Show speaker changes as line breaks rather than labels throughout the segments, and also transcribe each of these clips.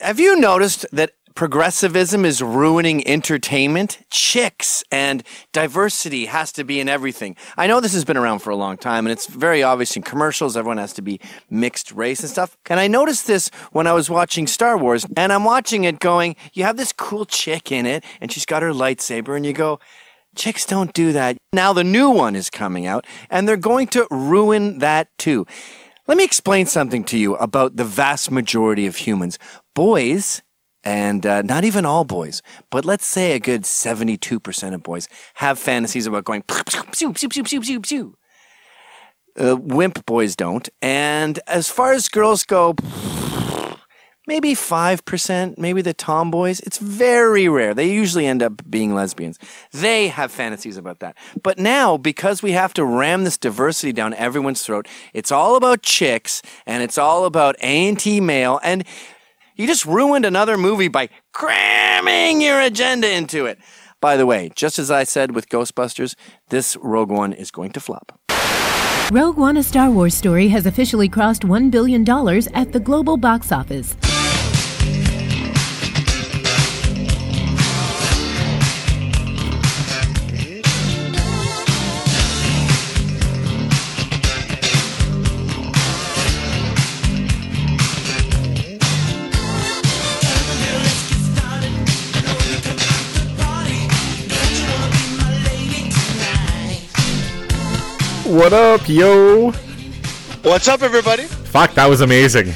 Have you noticed that progressivism is ruining entertainment? Chicks and diversity has to be in everything. I know this has been around for a long time and it's very obvious in commercials. Everyone has to be mixed race and stuff. And I noticed this when I was watching Star Wars and I'm watching it going, you have this cool chick in it and she's got her lightsaber and you go, Chicks don't do that. Now the new one is coming out and they're going to ruin that too. Let me explain something to you about the vast majority of humans. Boys, and uh, not even all boys, but let's say a good 72% of boys have fantasies about going pew, pew, pew, pew, pew, pew. Uh, wimp boys don't. And as far as girls go, maybe 5%, maybe the tomboys. It's very rare. They usually end up being lesbians. They have fantasies about that. But now, because we have to ram this diversity down everyone's throat, it's all about chicks and it's all about anti male. And you just ruined another movie by cramming your agenda into it. By the way, just as I said with Ghostbusters, this Rogue One is going to flop.
Rogue One A Star Wars Story has officially crossed $1 billion at the global box office.
What up, yo?
What's up, everybody?
Fuck, that was amazing.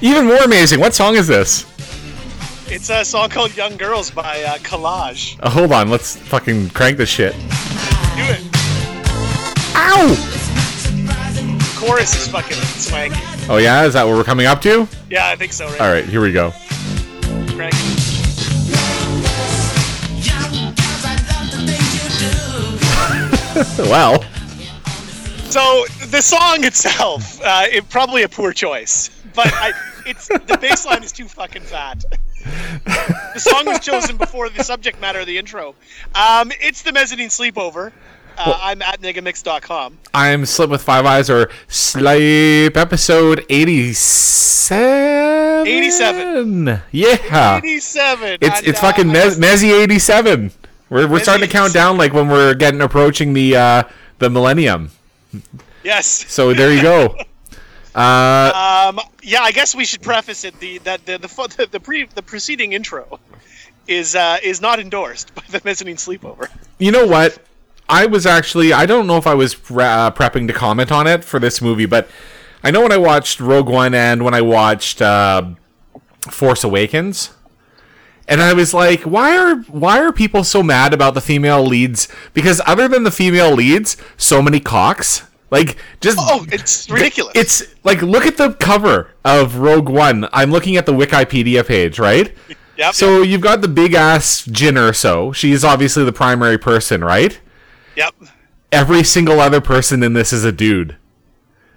Even more amazing. What song is this?
It's a song called Young Girls by uh, Collage.
Uh, hold on, let's fucking crank this shit.
Do it.
Ow!
Chorus is fucking swanky.
Oh yeah, is that what we're coming up to?
Yeah, I think so, right?
All right, here we go.
Craig?
Wow.
So, the song itself, uh, it, probably a poor choiss, but I, it's the bass line is too fucking fat. the song was chosen before the subject matter of the intro. Um, it's the Mezzanine Sleepover. Uh, I'm at negamix.com.
I'm Slim with Five Eyes or Sleep episode 87.
87.
Yeah.
87.
It's
and,
it's
uh,
fucking
I
Mez-
was-
Mezzy 87. We're, we're starting to count
87.
down like when we're getting approaching the uh, the millennium.
Yes.
So there you go.
Um, yeah, I guess we should preface it the that the the fo- the, the, pre, the preceding intro is uh, is not endorsed by the mezzanine sleepover.
You know what? I was actually I don't know if I was pre- uh, prepping to comment on it for this movie, but I know when I watched Rogue One and when I watched uh, Force Awakens, and I was like, why are why are people so mad about the female leads? Because other than the female leads, so many cocks. Like just
Oh, it's ridiculous.
It's like look at the cover of Rogue One. I'm looking at the Wikipedia page, right?
Yep.
So you've got the big ass Jin or so. She's obviously the primary person, right?
yep.
Every single other person in this is a dude.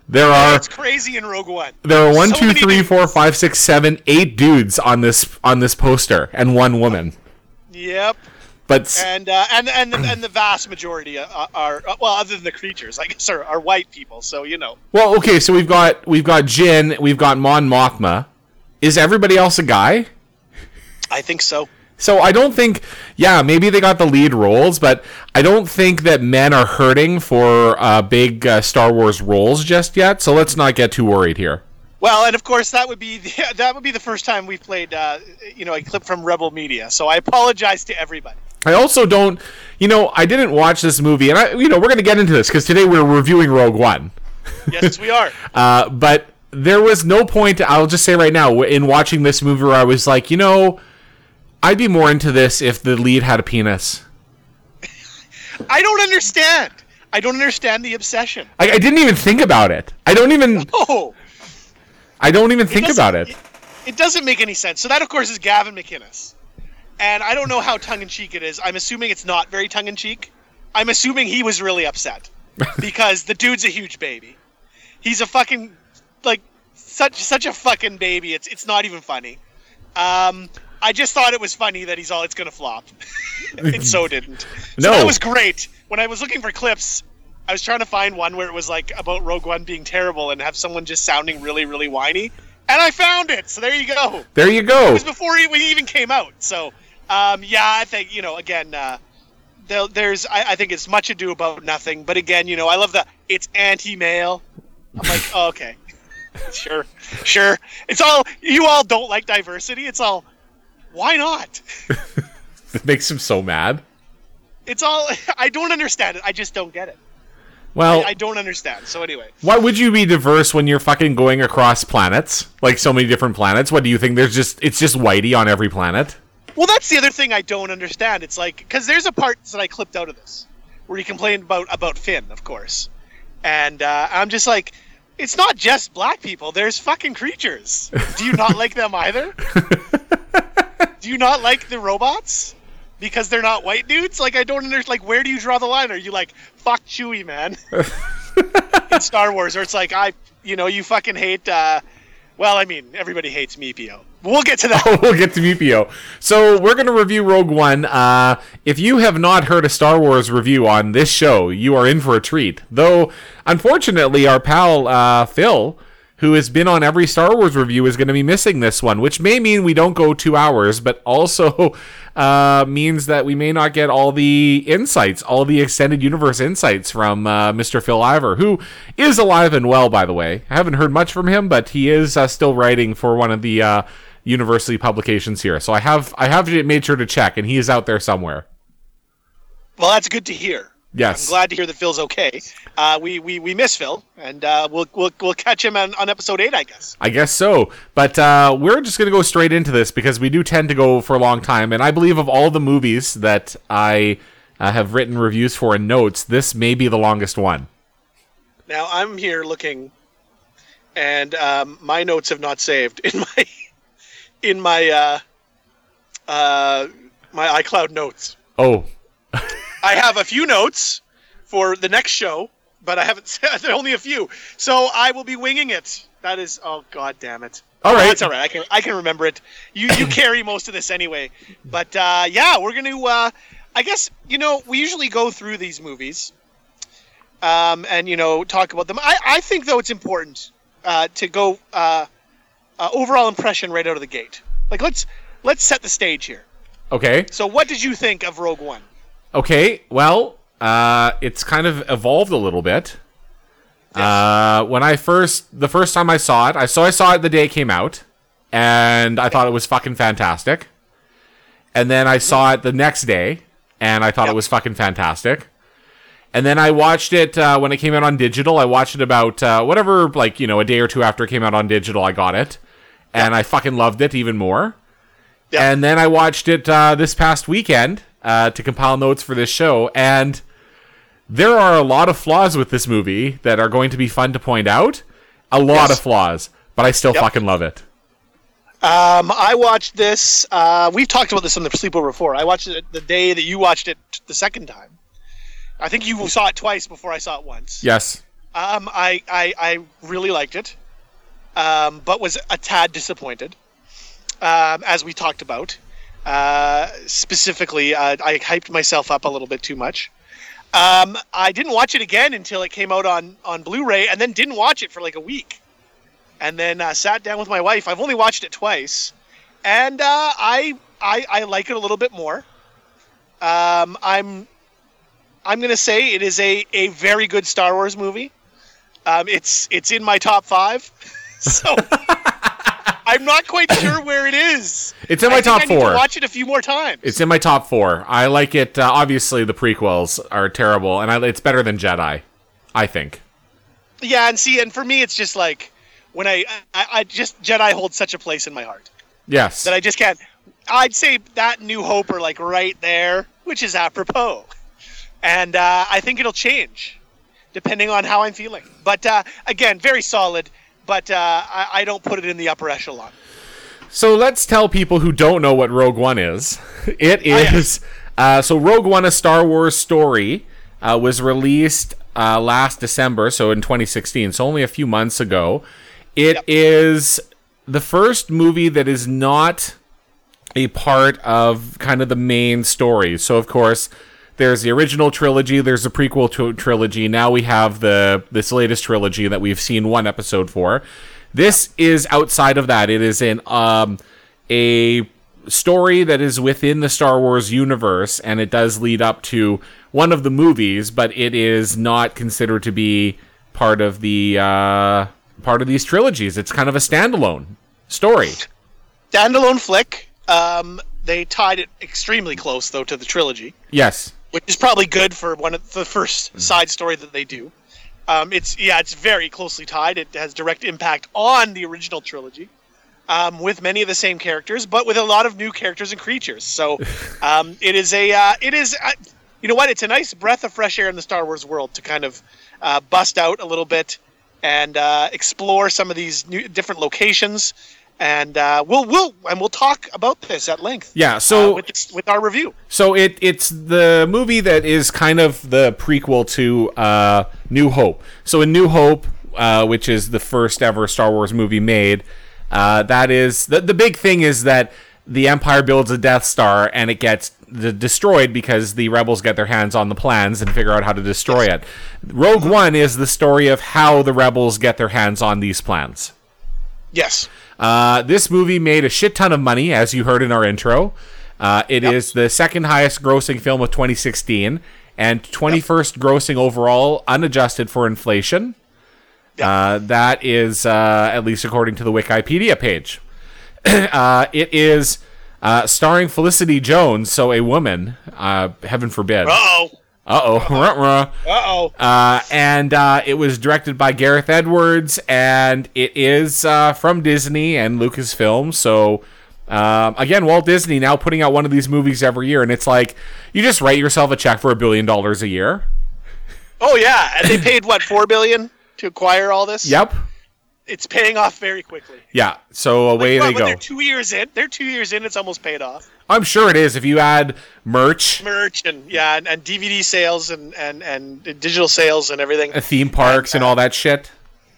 There are
It's crazy in Rogue One.
there are one,
so
two,
many
three,
dudes.
four, five, six, seven, eight dudes on this on this poster, and one woman.
Yep.
But s-
And uh, and and the, and the vast majority are, are uh, well, other than the creatures, I guess, are, are white people. So you know,
well, okay, so we've got we've got Jin, we've got Mon Mothma. Is everybody else a guy?
I think so.
So I don't think, yeah, maybe they got the lead roles, but I don't think that men are hurting for uh, big uh, Star Wars roles just yet. So let's not get too worried here.
Well, and of course that would be the, that would be the first time we played, uh, you know, a clip from Rebel Media. So I apologize to everybody.
I also don't, you know, I didn't watch this movie, and I, you know, we're gonna get into this because today we're reviewing Rogue One.
Yes, we are.
Uh, but there was no point. I'll just say right now, in watching this movie, where I was like, you know, I'd be more into this if the lead had a penis.
I don't understand. I don't understand the obsession.
I, I didn't even think about it. I don't even.
Oh,
I don't even think
doesn't-
about it.
it doesn't make any sense. So that, of course, is Gavin McInnes, and I don't know how tongue in cheek it is. I'm assuming it's not very tongue in cheek. I'm assuming he was really upset because the dude's a huge baby. He's a fucking like such such a fucking baby. It's it's not even funny. Um, I just thought it was funny that he's all it's gonna flop. it so didn't. So
No.
that was great. When I was looking for clips, I was trying to find one where it was like about Rogue One being terrible and have someone just sounding really really whiny. and I found it. So there you go. It
There you go.
was before it even came out. So, um, yeah, I think you know. Again, uh, there- there's I, I think it's much ado about nothing. But again, you know, I love the it's anti-male. I'm like, oh, okay, sure, sure. It's all you all don't like diversity. It's all why not?
It makes him so mad.
It's all I don't understand it. I just don't get it.
Well,
I don't understand. So anyway,
why would you be diverse when you're fucking going across planets, like so many different planets? What do you think? There's just it's just whitey on every planet.
well, that's the other thing I don't understand. It's like because there's a part that I clipped out of this where he complained about about Finn, of course, and uh, I'm just like, it's not just black people. There's fucking creatures. Do you not like them either? do you not like the robots? Because they're not white dudes? Like I don't understand. Like where do you draw the line? Are you like fuck Chewie, man? in Star Wars, or it's like I, you know, you fucking hate. Uh, well, I mean, everybody hates Meepio. We'll get to that.
we'll get to Mupio. So we're gonna review Rogue One. Uh, if you have not heard a Star Wars review on this show, you are in for a treat. Though, unfortunately, our pal uh, Phil, who has been on every Star Wars review, is gonna be missing this one, which may mean we don't go two hours, but also uh, means that we may not get all the insights, all the extended universe insights from uh, Mr. Phil Ivor, who is alive and well, by the way. I haven't heard much from him, but he is uh, still writing for one of the. Uh, university publications here. So I have I have made sure to check, and he is out there somewhere.
Well, that's good to hear.
Yes.
I'm glad to hear that Phil's okay. Uh, we, we we miss Phil, and uh, we'll, we'll we'll catch him on, on episode eight, I guess.
I guess so. But uh, we're just going to go straight into this because we do tend to go for a long time. And I believe of all the movies that I uh, have written reviews for and notes, this may be the longest one.
Now I'm here looking, and um, my notes have not saved in my in my uh, uh, my iCloud notes.
Oh,
I have a few notes for the next show, but I haven't said only a few. So I will be winging it. That is oh god damn it.
All right.
That's all right. I can I can remember it. You you carry most of this anyway. But uh, yeah, we're gonna uh, I guess, you know, we usually go through these movies um, and you know, talk about them. I, I think though it's important uh, to go uh, uh, overall impression right out of the gate. Like let's let's set the stage here.
okay,
So what did you think of Rogue One?
okay. Well, uh, it's kind of evolved a little bit. Uh, when I first the first time I saw it, I so I saw it the day it came out, and I thought it was fucking fantastic. And then I saw it the next day, and I thought it was fucking fantastic. And then I watched it uh, when it came out on digital. I watched it about uh, whatever, like you know, a day or two after it came out on digital. I got it, and I fucking loved it even more.
Yeah.
And then I watched it uh, this past weekend uh, to compile notes for this show, and there are a lot of flaws with this movie that are going to be fun to point out. A lot
Yes.
of flaws, but I still fucking love it.
Um, I watched this. Uh, we've talked about this on the sleepover before. I watched it the day that you watched it t- the second time. I think you saw it twice before I saw it once.
Yes.
Um, I, I I really liked it, um, but was a tad disappointed, um, as we talked about. Uh, specifically, uh, I hyped myself up a little bit too much. Um, I didn't watch it again until it came out on on Blu-ray, and then didn't watch it for like a week, and then uh, sat down with my wife. I've only watched it twice, and uh, I, I I like it a little bit more. Um, I'm I'm gonna say it is a a very good Star Wars movie. Um, it's it's in my top five, so I'm not quite sure where it is.
It's in my
I think
top
I need
four.
To watch it a few more times.
It's in my top four. I like it. Uh, obviously, the prequels are terrible, and I, it's better than Jedi, I think.
yeah, and see, and for me, it's just like when I I, I just Jedi holds such a place in my heart.
Yes.
that I just can't. I'd say that New Hope are like right there, which is apropos, and uh, I think it'll change depending on how I'm feeling. But uh, again, very solid. But uh, I, I don't put it in the upper echelon.
So let's tell people who don't know what Rogue One is. It
Oh, yeah.
is uh, so Rogue One, a Star Wars story, uh, was released uh, last December, so in 2016, so only a few months ago. It is the first movie that is not a part of kind of the main story. So of course, there's the original trilogy, there's the prequel to trilogy. Now we have the this latest trilogy that we've seen one episode for. This is outside of that. It is in um, a story that is within the Star Wars universe, and it does lead up to one of the movies, but it is not considered to be part of the uh, part of these trilogies. It's kind of a standalone story.
Standalone flick. Um, they tied it extremely close though to the trilogy,
Yes.
which is probably good for one of the
Hmm.
first side story that they do. Um, it's yeah, it's very closely tied. It has direct impact on the original trilogy. Um, with many of the same characters, but with a lot of new characters and creatures. So, um, it is a, uh, it is, uh, you know what? It's a nice breath of fresh air in the Star Wars world to kind of uh, bust out a little bit and uh, explore some of these new different locations. And uh, we'll we'll and we'll talk about this at length.
Yeah, so-
uh, with, this- with our review,
So it it's the movie that is kind of the prequel to uh, New Hope. So in New Hope, uh, which is the first ever Star Wars movie made, uh, that is the the big thing is that the Empire builds a Death Star and it gets d- destroyed because the rebels get their hands on the plans and figure out how to destroy it. Rogue One is the story of how the rebels get their hands on these plans.
yes,
Uh, this movie made a shit ton of money, as you heard in our intro. Uh, it is the second highest grossing film of 2016 and 21st grossing overall, unadjusted for inflation.
Yeah.
Uh, that is, uh, at least according to the Wikipedia page. uh, it is uh, starring Felicity Jones, so a woman. Uh, heaven forbid.
uh oh,
Uh-oh. Ruh-roh.
uh oh,
Uh, and uh, it was directed by Gareth Edwards, and it is uh, from Disney and Lucasfilm. So, um, again, Walt Disney now putting out one of these movies every year, and it's like you just write yourself a check for a billion dollars a year.
oh yeah, and they paid what four billion to acquire all this.
Yep.
it's paying off very quickly.
Yeah. So away
Well,
they
when
go.
They're two years in. They're two years in. It's almost paid off.
I'm sure it is. If you add merch,
Merch and yeah, and, and DVD sales and and and digital sales and everything.
uh, theme parks, and all that shit.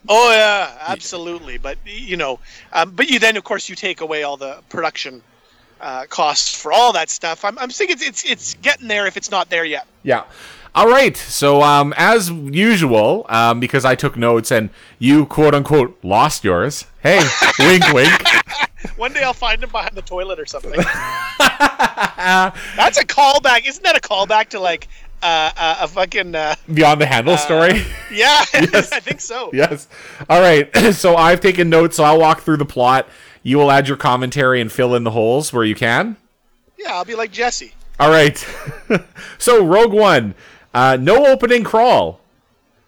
Oh yeah, absolutely. But you know, um, but you then of course you take away all the production uh, costs for all that stuff. I'm I'm thinking it's, it's it's getting there if it's not there yet.
Yeah. All right. So, um, as usual, um, because I took notes and you quote unquote lost yours. Hey, wink, wink.
One day I'll find him behind the toilet or something. That's a callback. Isn't that a callback to like uh, uh, a fucking uh,
Beyond the Handle story.
yeah? I think so.
yes. All right. so I've taken notes, so I'll walk through the plot. You will add your commentary and fill in the holes where you can.
Yeah, I'll be like Jesse.
All right. so Rogue One, uh, no opening crawl.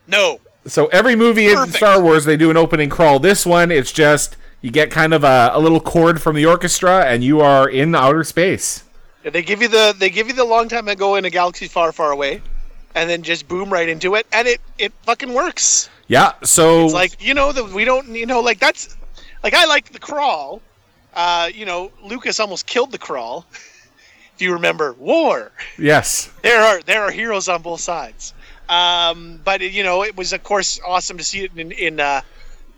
No.
So every movie in
Perfect.
Star Wars, they do an opening crawl. This one, it's just you get kind of a, a little chord from the orchestra, and you are in outer space.
Yeah, They give you the they give you the long time ago in a galaxy far, far away, and then just boom right into it, and it it fucking works.
Yeah. So
It's like you know the we don't you know like that's like I like the crawl. Uh, you know, Lucas almost killed the crawl. If you remember, war.
yes.
There are there are heroes on both sides. Um, but you know, it was of course awesome to see it in in uh,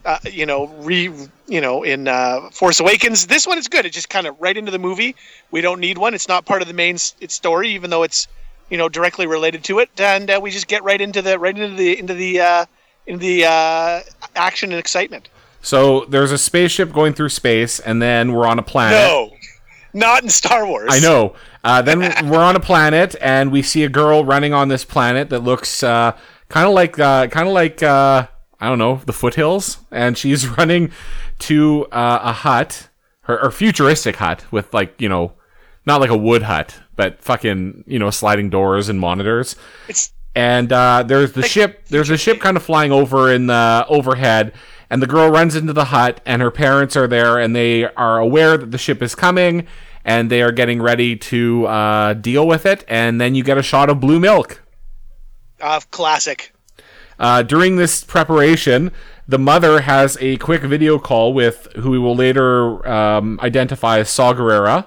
uh, you know re you know in uh, Force Awakens. This one is good. It just kind of right into the movie. We don't need one. It's not part of the main s- its story, even though it's you know directly related to it. And uh, we just get right into the right into the into the uh, into the uh, action and excitement.
So there's a spaceship going through space, and then we're on a planet.
No, not in Star Wars.
I know. Uh, then we're on a planet, and we see a girl running on this planet that looks uh, kind of like uh, kind of like uh, I don't know the foothills, and she's running to uh, a hut, her, her futuristic hut with like you know, not like a wood hut, but fucking you know sliding doors and monitors.
It's
And uh, there's the ship. There's a ship kind of flying over in the overhead, and the girl runs into the hut, and her parents are there, and they are aware that the ship is coming, and they are getting ready to uh, deal with it. And then you get a shot of blue milk.
uh, classic.
Uh, during this preparation, the mother has a quick video call with who we will later um, identify as Saw Gerrera,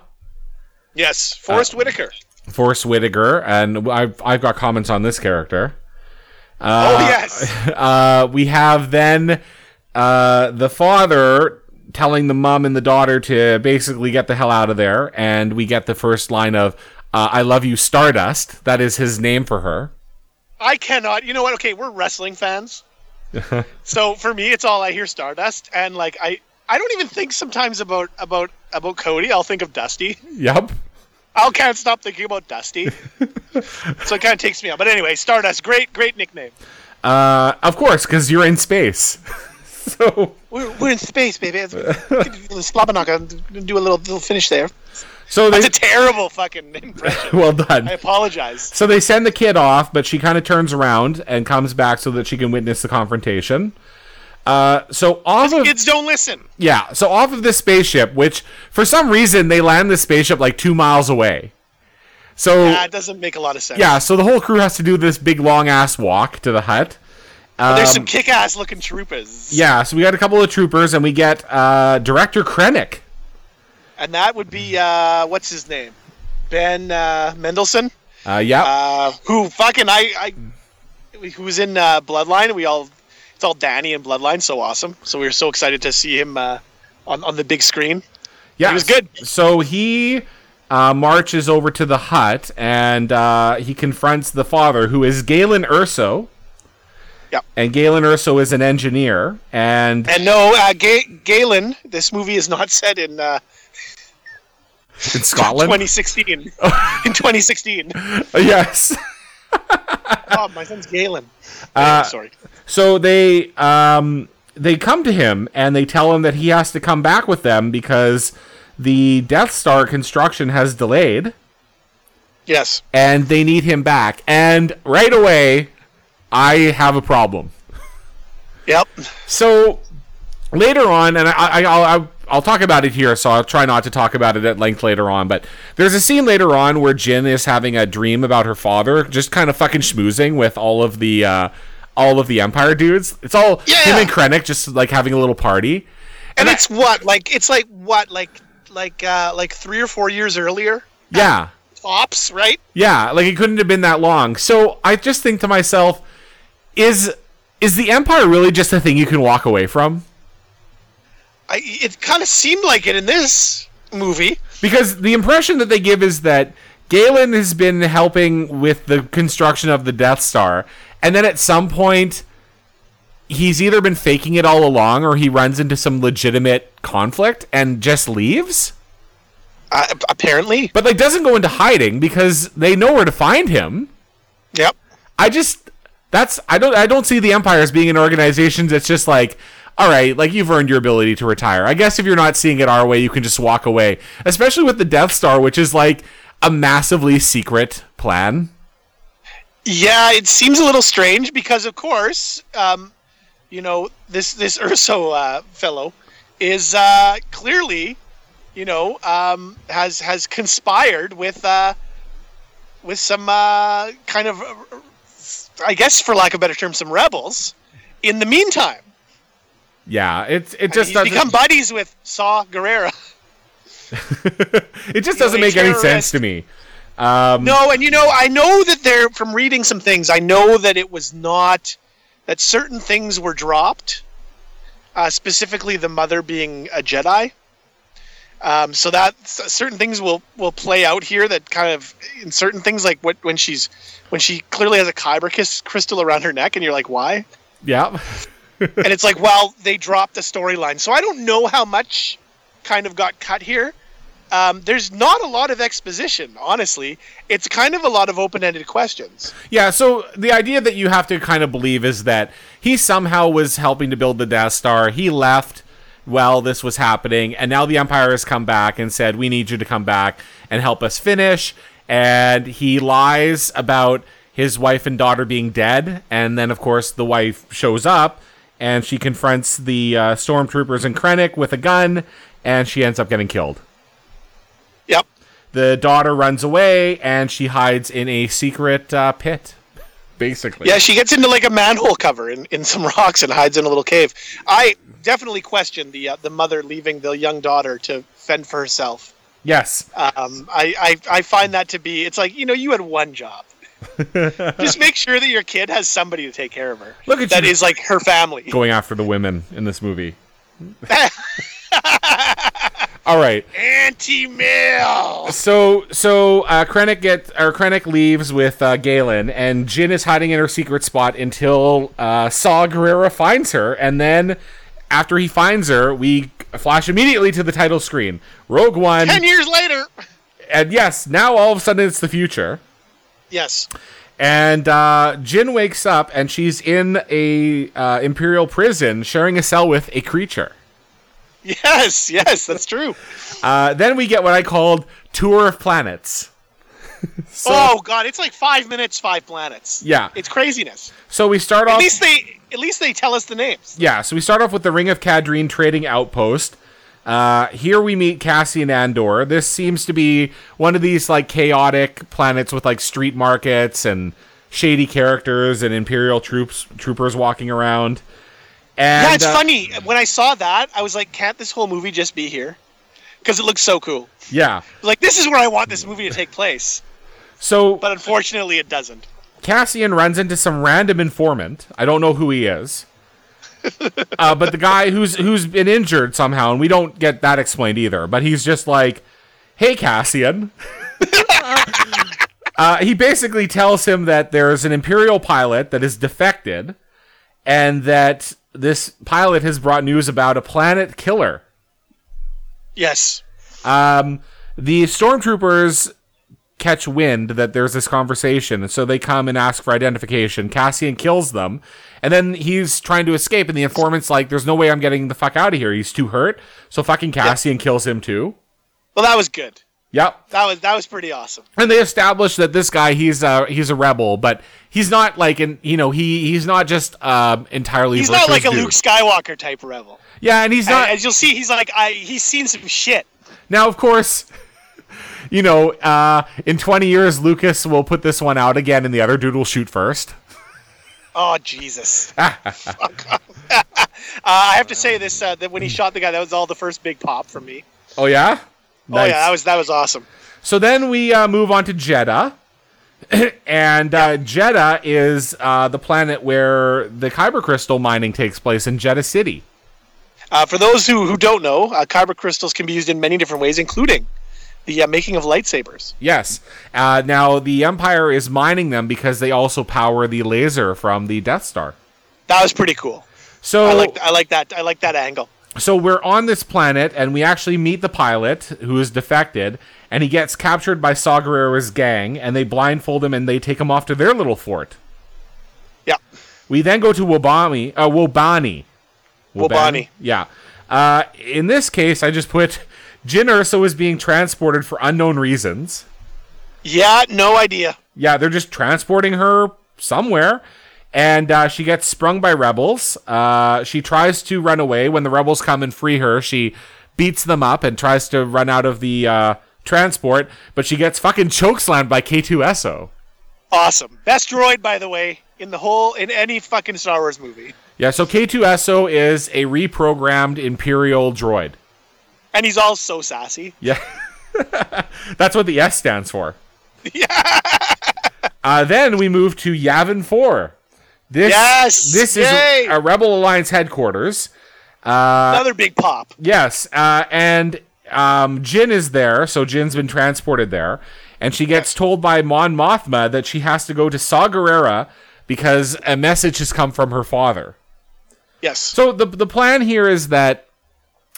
Yes, Forrest
Uh,
Whitaker.
Forrest Whitaker, and I've I've got comments on this character.
oh yes.
Uh, we have then uh, the father telling the mom and the daughter to basically get the hell out of there, and we get the first line of uh, "I love you, Stardust." That is his name for her.
I cannot. You know what? Okay, we're wrestling fans. so for me, it's all I hear Stardust, and like I, I don't even think sometimes about about about Cody. I'll think of Dusty.
Yep.
I can't stop thinking about Dusty. so it kind of takes me out. But anyway, Stardust, great great nickname.
Uh, of course, because you're in space. so
We're, we're in space, baby. It's- Slobberknocker, I'm gonna do a little little finish there.
so they
That's a terrible fucking impression.
well done.
I apologize.
So they send the kid off, but she kind of turns around and comes back so that she can witness the confrontation. Uh, so off of
Kids don't listen.
yeah, so off of this spaceship, which for some reason they land this spaceship like two miles away. So
That doesn't make a lot of sense.
yeah, so the whole crew has to do this big long ass walk to the hut.
There's some kick-ass looking troopers,
Yeah, so we got a couple of troopers and we get uh, director Krennic.
and that would be uh, what's his name, Ben uh, Mendelsohn,
Uh, yeah,
uh, who fucking I, I who was in uh, Bloodline. We all it's all Danny and Bloodline, so awesome. So we were so excited to see him uh, on on the big screen.
yeah,
was good.
So he uh, marches over to the hut and uh, he confronts the father, who is Galen Urso.
Yep.
And Galen Urso is an engineer, and
And no, uh, Ga- Galen, this movie is not set in uh,
in Scotland.
2016. in 2016.
Yes.
Oh, my son's Galen. Sorry.
So they um they come to him and they tell him that he has to come back with them because the Death Star construction has delayed
Yes.
and they need him back. And right away, I have a problem.
Yep.
So later on, and I, I, I'll, I'll- I'll talk about it here, so I'll try not to talk about it at length later on. But there's a scene later on where Jin is having a dream about her father, just kind of fucking schmoozing with all of the uh, all of the Empire dudes. It's all him
Yeah.
and Krennic just like having a little party.
And it's what like it's like what like like uh like 3 or 4 years earlier
Yeah,
tops, right?
yeah. Like it couldn't have been that long. So I just think to myself, is is the Empire really just a thing you can walk away from?
I it kind of seemed like it in this movie.
Because the impression that they give is that Galen has been helping with the construction of the Death Star, and then at some point, he's either been faking it all along or he runs into some legitimate conflict and just leaves.
Uh, apparently.
But like doesn't go into hiding because they know where to find him.
Yep.
I just that's I don't I don't see the Empire as being an organization that's just like all right, like you've earned your ability to retire. I guess if you're not seeing it our way, you can just walk away. Especially with the Death Star, which is like a massively secret plan.
Yeah, it seems a little strange because, of course, um, you know this this Urso uh, fellow is uh, clearly, you know, um, has has conspired with uh, with some uh, kind of, I guess, for lack of a better term, some rebels. In the meantime,
Yeah, it's it just
he's
doesn't
become buddies with Saw Guerrera.
it just doesn't
a
make any sense
terrorist.
to me.
No, and you know, I know that they're from reading some things. I know that it was not that certain things were dropped, uh, specifically the mother being a Jedi. Um, so that s- certain things will will play out here. That kind of in certain things, like what when she's when she clearly has a kyber kiss crystal around her neck, and you're like, why?
Yeah.
and it's like, well, they dropped the storyline. So I don't know how much kind of got cut here. Um, there's not a lot of exposition, honestly. It's kind of a lot of open-ended questions.
Yeah, so the idea that you have to kind of believe is that he somehow was helping to build the Death Star. He left while this was happening, and now the Empire has come back and said, We need you to come back and help us finish. And he lies about his wife and daughter being dead. And then, of course, the wife shows up and she confronts the uh, stormtroopers and Krennic with a gun, and she ends up getting killed.
Yep.
The daughter runs away and she hides in a secret uh, pit. Basically.
Yeah, she gets into like a manhole cover in, in some rocks and hides in a little cave. I definitely question the uh, the mother leaving the young daughter to fend for herself.
Yes.
Um, I, I I find that to be it's like you know you had one job. Just make sure that your kid has somebody to take care of her.
Look at
that
you.
is like her family.
Going after the women in this movie. All right.
Anti male.
So so uh, Krennic get or Krennic leaves with uh, Galen, and Jin is hiding in her secret spot until uh, Saw Gerrera finds her, and then after he finds her, we flash immediately to the title screen. Rogue One,
Ten years later.
and yes, now all of a sudden it's the future.
Yes.
And uh, Jin wakes up, and she's in a uh, imperial prison, sharing a cell with a creature.
Yes. Yes. That's true.
Uh, then we get what I called tour of planets.
oh God, it's like five minutes, five planets.
Yeah.
It's craziness.
So we start off.
At least they, at least they tell us the names.
Yeah, so we start off with the Ring of Cadrine trading outpost. Uh, here we meet Cassian Andor. This seems to be one of these like chaotic planets with like street markets and shady characters and Imperial troops troopers walking around. And,
yeah, it's
uh,
funny. When I saw that, I was like, can't this whole movie just be here? Because it looks so cool.
Yeah.
Like this is where I want this movie to take place,
So
but unfortunately, it doesn't.
Cassian runs into some random informant. I don't know who he is. uh, but the guy who's who's been injured somehow, and we don't get that explained either. But he's just like, "Hey, Cassian." uh, he basically tells him that there's an Imperial pilot that is defected, and that this pilot has brought news about a planet killer.
Yes.
Um, the stormtroopers catch wind that there's this conversation, and so they come and ask for identification. Cassian kills them, and then he's trying to escape, and the informant's like, "There's no way I'm getting the fuck out of here. He's too hurt." So fucking Cassian kills him too.
Well, that was good.
Yep.
That was that was pretty awesome.
And they establish that this guy he's uh he's a rebel, but he's not like an you know he he's not just um entirely
He's not
virtuous
like a
dude.
Luke Skywalker type rebel.
yeah, and he's not
As you'll see, he's like I. He's seen some shit.
Now, of course, you know, uh, in 20 years, Lucas will put this one out again, and the other dude will shoot first.
Oh Jesus! Fuck off. uh, I have to say this: uh, that when he shot the guy, that was all the first big pop from me.
Oh yeah,
Oh yeah, that was that was awesome.
So then we uh, move on to Jeddah, and uh, Jeddah is uh, the planet where the kyber crystal mining takes place in Jeddah City.
Uh, for those who, who don't know, uh, kyber crystals can be used in many different ways, including the uh, making of lightsabers.
Yes. Uh, now the Empire is mining them because they also power the laser from the Death Star.
That was pretty cool.
So
I like I like that I like that angle.
so we're on this planet and we actually meet the pilot who is defected and he gets captured by Saw Gerrera's gang and they blindfold him and they take him off to their little fort.
Yeah,
We then go to Wobami, uh, Wobani.
Wobani.
Yeah. Uh, in this case, I just put Jin Urso is being transported for unknown reasons.
yeah, no idea.
Yeah, they're just transporting her somewhere. And uh, she gets sprung by rebels. Uh, she tries to run away. When the rebels come and free her, she beats them up and tries to run out of the uh, transport. But she gets fucking chokeslammed by K2SO.
Awesome, best droid by the way in the whole in any fucking Star Wars movie,
Yeah, so K2SO is a reprogrammed Imperial droid.
and he's all so sassy.
Yeah. That's what the S stands for. Yeah. uh, then we move to Yavin 4. This,
Yes!
This
Yay!
is a Rebel Alliance headquarters.
Another big pop.
Yes. Uh, and um, Jin is there, so Jin's been transported there. And she gets told by Mon Mothma that she has to go to Saw Gerrera because a message has come from her father.
Yes.
So the the plan here is that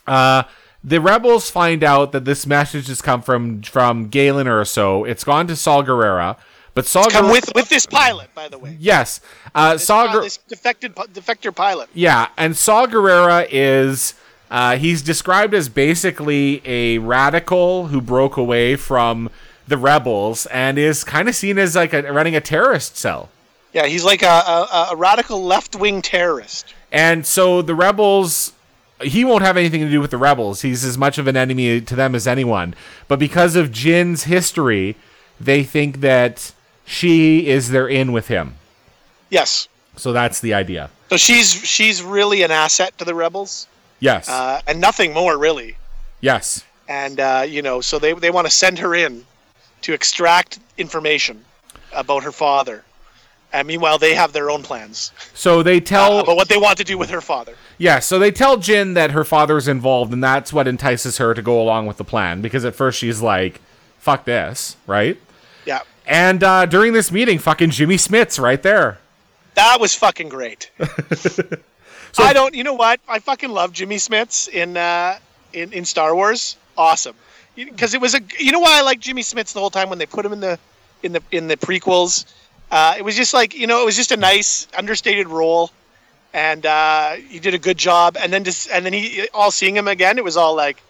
uh, the rebels find out that this message has come from from Galen or so. It's gone to Saul Guerrera, but Saul
Come
Guerrera-
with with this pilot, by the way.
yes, uh, Saul
Uh,
Guer-
this defected pi- defector pilot.
yeah, and Saul Guerrera is. Uh, he's described as basically a radical who broke away from the rebels and is kind of seen as like a, running a terrorist cell.
Yeah, he's like a, a, a radical left wing terrorist.
And so the rebels he won't have anything to do with the rebels. He's as much of an enemy to them as anyone. But because of Jin's history, they think that she is their in with him.
Yes.
So that's the idea.
So she's she's really an asset to the rebels,
Yes.
uh, and nothing more really.
yes.
And uh, you know, so they they want to send her in to extract information about her father, And meanwhile, they have their own plans
So they tell
uh, about what they want to do with her father.
Yeah, so they tell Jin that her father's involved, and that's what entices her to go along with the plan because at first she's like, fuck this, right?
Yeah.
And uh, during this meeting, fucking Jimmy Smits right there.
That was fucking great. I don't. You know what? I fucking love Jimmy Smits in uh, in in Star Wars. Awesome, because it was a. You know why I like Jimmy Smits the whole time when they put him in the in the in the prequels. Uh, it was just like you know, it was just a nice understated role, and uh, he did a good job. And then just and then he all seeing him again, it was all like,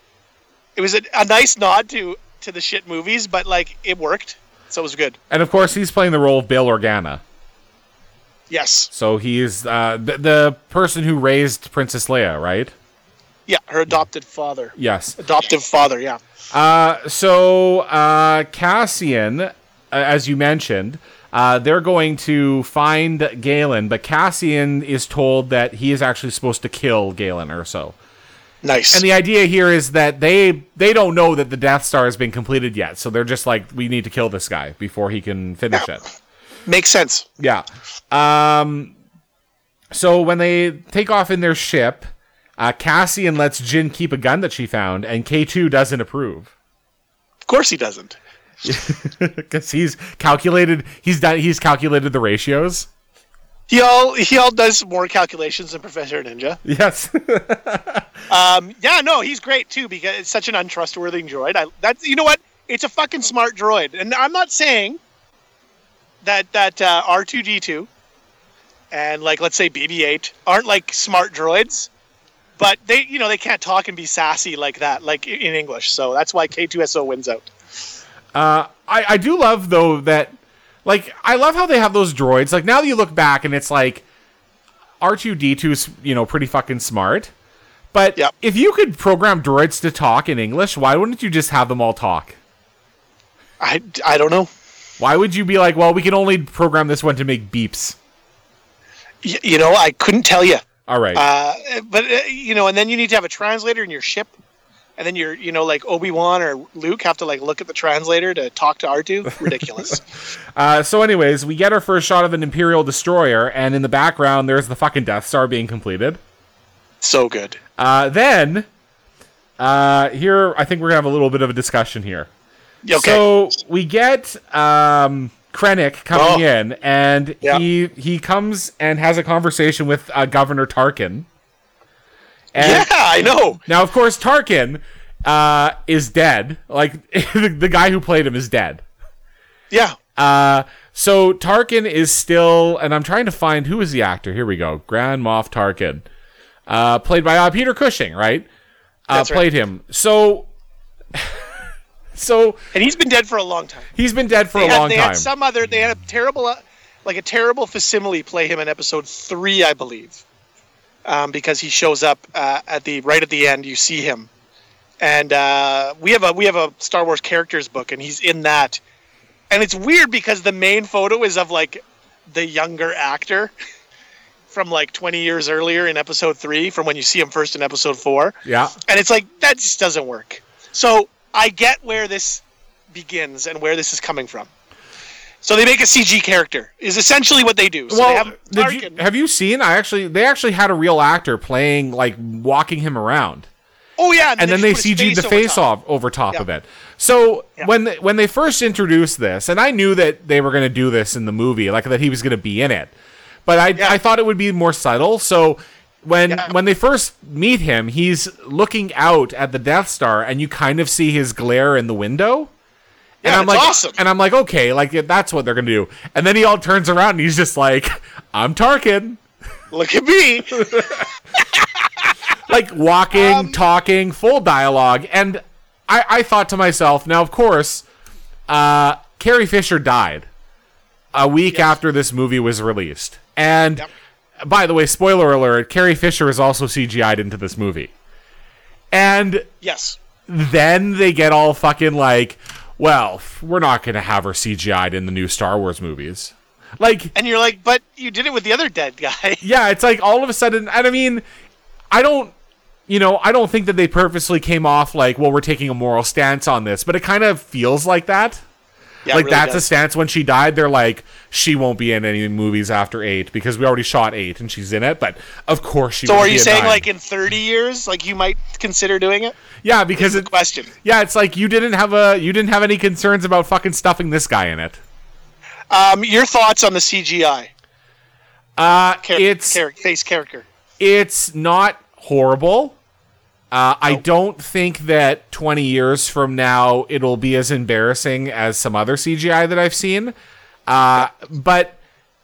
it was a, a nice nod to to the shit movies, but like it worked, so it was good.
And of course, he's playing the role of Bail Organa.
Yes,
So he is uh, th- the person who raised Princess Leia, right?
yeah, her adopted father,
Yes.
adoptive father, yeah.
so uh, Cassian, uh, as you mentioned, uh, they're going to find Galen, but Cassian is told that he is actually supposed to kill Galen or so.
Nice.
And the idea here is that they they don't know that the Death Star has been completed yet, so they're just like, we need to kill this guy before he can finish it.
Makes sense.
Yeah. Um. So when they take off in their ship, uh, Cassian lets Jin keep a gun that she found, and K two doesn't approve.
Of course he doesn't.
because he's calculated he's done he's calculated the ratios
He all he all does more calculations than Professor Ninja.
yes
Yeah, no, he's great too because it's such an untrustworthy droid. I that's you know what? It's a fucking smart droid, and I'm not saying that that uh, R2D2 and like let's say BB8 aren't like smart droids, but they you know they can't talk and be sassy like that like i- in English. So that's why K2SO wins out.
i i do love though that like i love how they have those droids like now that you look back and it's like r2d2's you know pretty fucking smart but
Yep.
if you could program droids to talk in english why wouldn't you just have them all talk
I I don't know.
why would you be like well we can only program this one to make beeps
Y- you know I couldn't tell you.
all right
Uh, but uh, you know, and then you need to have a translator in your ship, and then you're you know like Obi Wan or Luke have to like look at the translator to talk to R two. Ridiculous.
Uh, so, anyways, we get our first shot of an Imperial destroyer, and in the background, there's the fucking Death Star being completed.
so good.
Uh, then, uh, here, I think we're gonna have a little bit of a discussion here.
Okay.
So we get um, Krennic coming
Oh.
in, and
Yeah.
he he comes and has a conversation with uh, Governor Tarkin.
yeah,
And
I know.
now, of course, Tarkin uh, is dead. Like the, the guy who played him is dead.
Yeah.
Uh, so Tarkin is still, and I'm trying to find who is the actor. Here we go, Grand Moff Tarkin, uh, played by uh, Peter Cushing, right? Uh,
That's right.
played him. So, so
And he's been dead for a long time.
he's been dead for
They,
a
had,
long
they
time.
had some other. They had a terrible, uh, like a terrible facsimile play him in episode three, I believe, um, because he shows up uh, at the right at the end. You see him, and uh, we have a we have a Star Wars characters book, and he's in that. And it's weird because the main photo is of like the younger actor from like 20 years earlier in episode three, from when you see him first in episode four.
yeah,
And it's like that just doesn't work. So I get where this begins and where this is coming from. So they make a CG character is essentially what they do. So they
well,
have
did you,
Tarkin.
have you seen? I actually, they actually had a real actor playing, like walking him around,
oh yeah, and,
and then they
just put his
CG'd the
over
face
top.
off over top
Yeah.
of it. So
Yeah.
when they, when they first introduced this, and I knew that they were going to do this in the movie, like that he was going to be in it, but I
Yeah.
I thought it would be more subtle. So when
Yeah.
when they first meet him, he's looking out at the Death Star, and you kind of see his glare in the window.
Yeah,
and I'm
it's
like,
awesome.
and I'm like, okay, like yeah, that's what they're gonna do. And then he all turns around and he's just like, I'm Tarkin,
Look at me.
like walking, talking, full dialogue. And I, I thought to myself, now of course, uh, Carrie Fisher died a week after this movie was released. And by the way, spoiler alert: Carrie Fisher is also CGI'd into this movie. And
yes.
then they get all fucking like, well, f- we're not gonna have her CGI'd in the new Star Wars movies. Like,
And you're like, but you did it with the other dead guy.
yeah, it's like all of a sudden, and I mean, I don't, you know, I don't think that they purposely came off like, well, we're taking a moral stance on this, but it kind of feels like that.
Yeah, it
like
really
that's a
does.
stance when she died they're like she won't be in any movies after 8 because we already shot 8 and she's in it but of course she
So
would
are
be
you
in
saying
9.
like in 30 years, like you might consider doing it?
Yeah, because
The
it
question.
Yeah, it's like you didn't have a you didn't have any concerns about fucking stuffing this guy in it.
Um, your thoughts on the CGI?
Uh
Char-
it's
char- face character.
it's not horrible. Uh, I don't think that 20 years from now it'll be as embarrassing as some other CGI that I've seen. Uh, but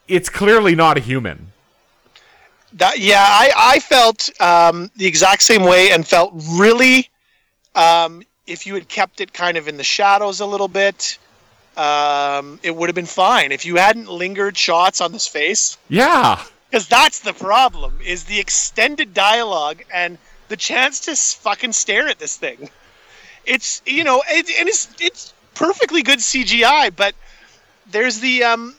it's clearly not a human.
That yeah, I I felt um, the exact same way and felt really um, if you had kept it kind of in the shadows a little bit, um, it would have been fine. If you hadn't lingered shots on this face,
Yeah.
because that's the problem is the extended dialogue and the chance to s- fucking stare at this thing it's you know it, and it's it's perfectly good cgi but there's the um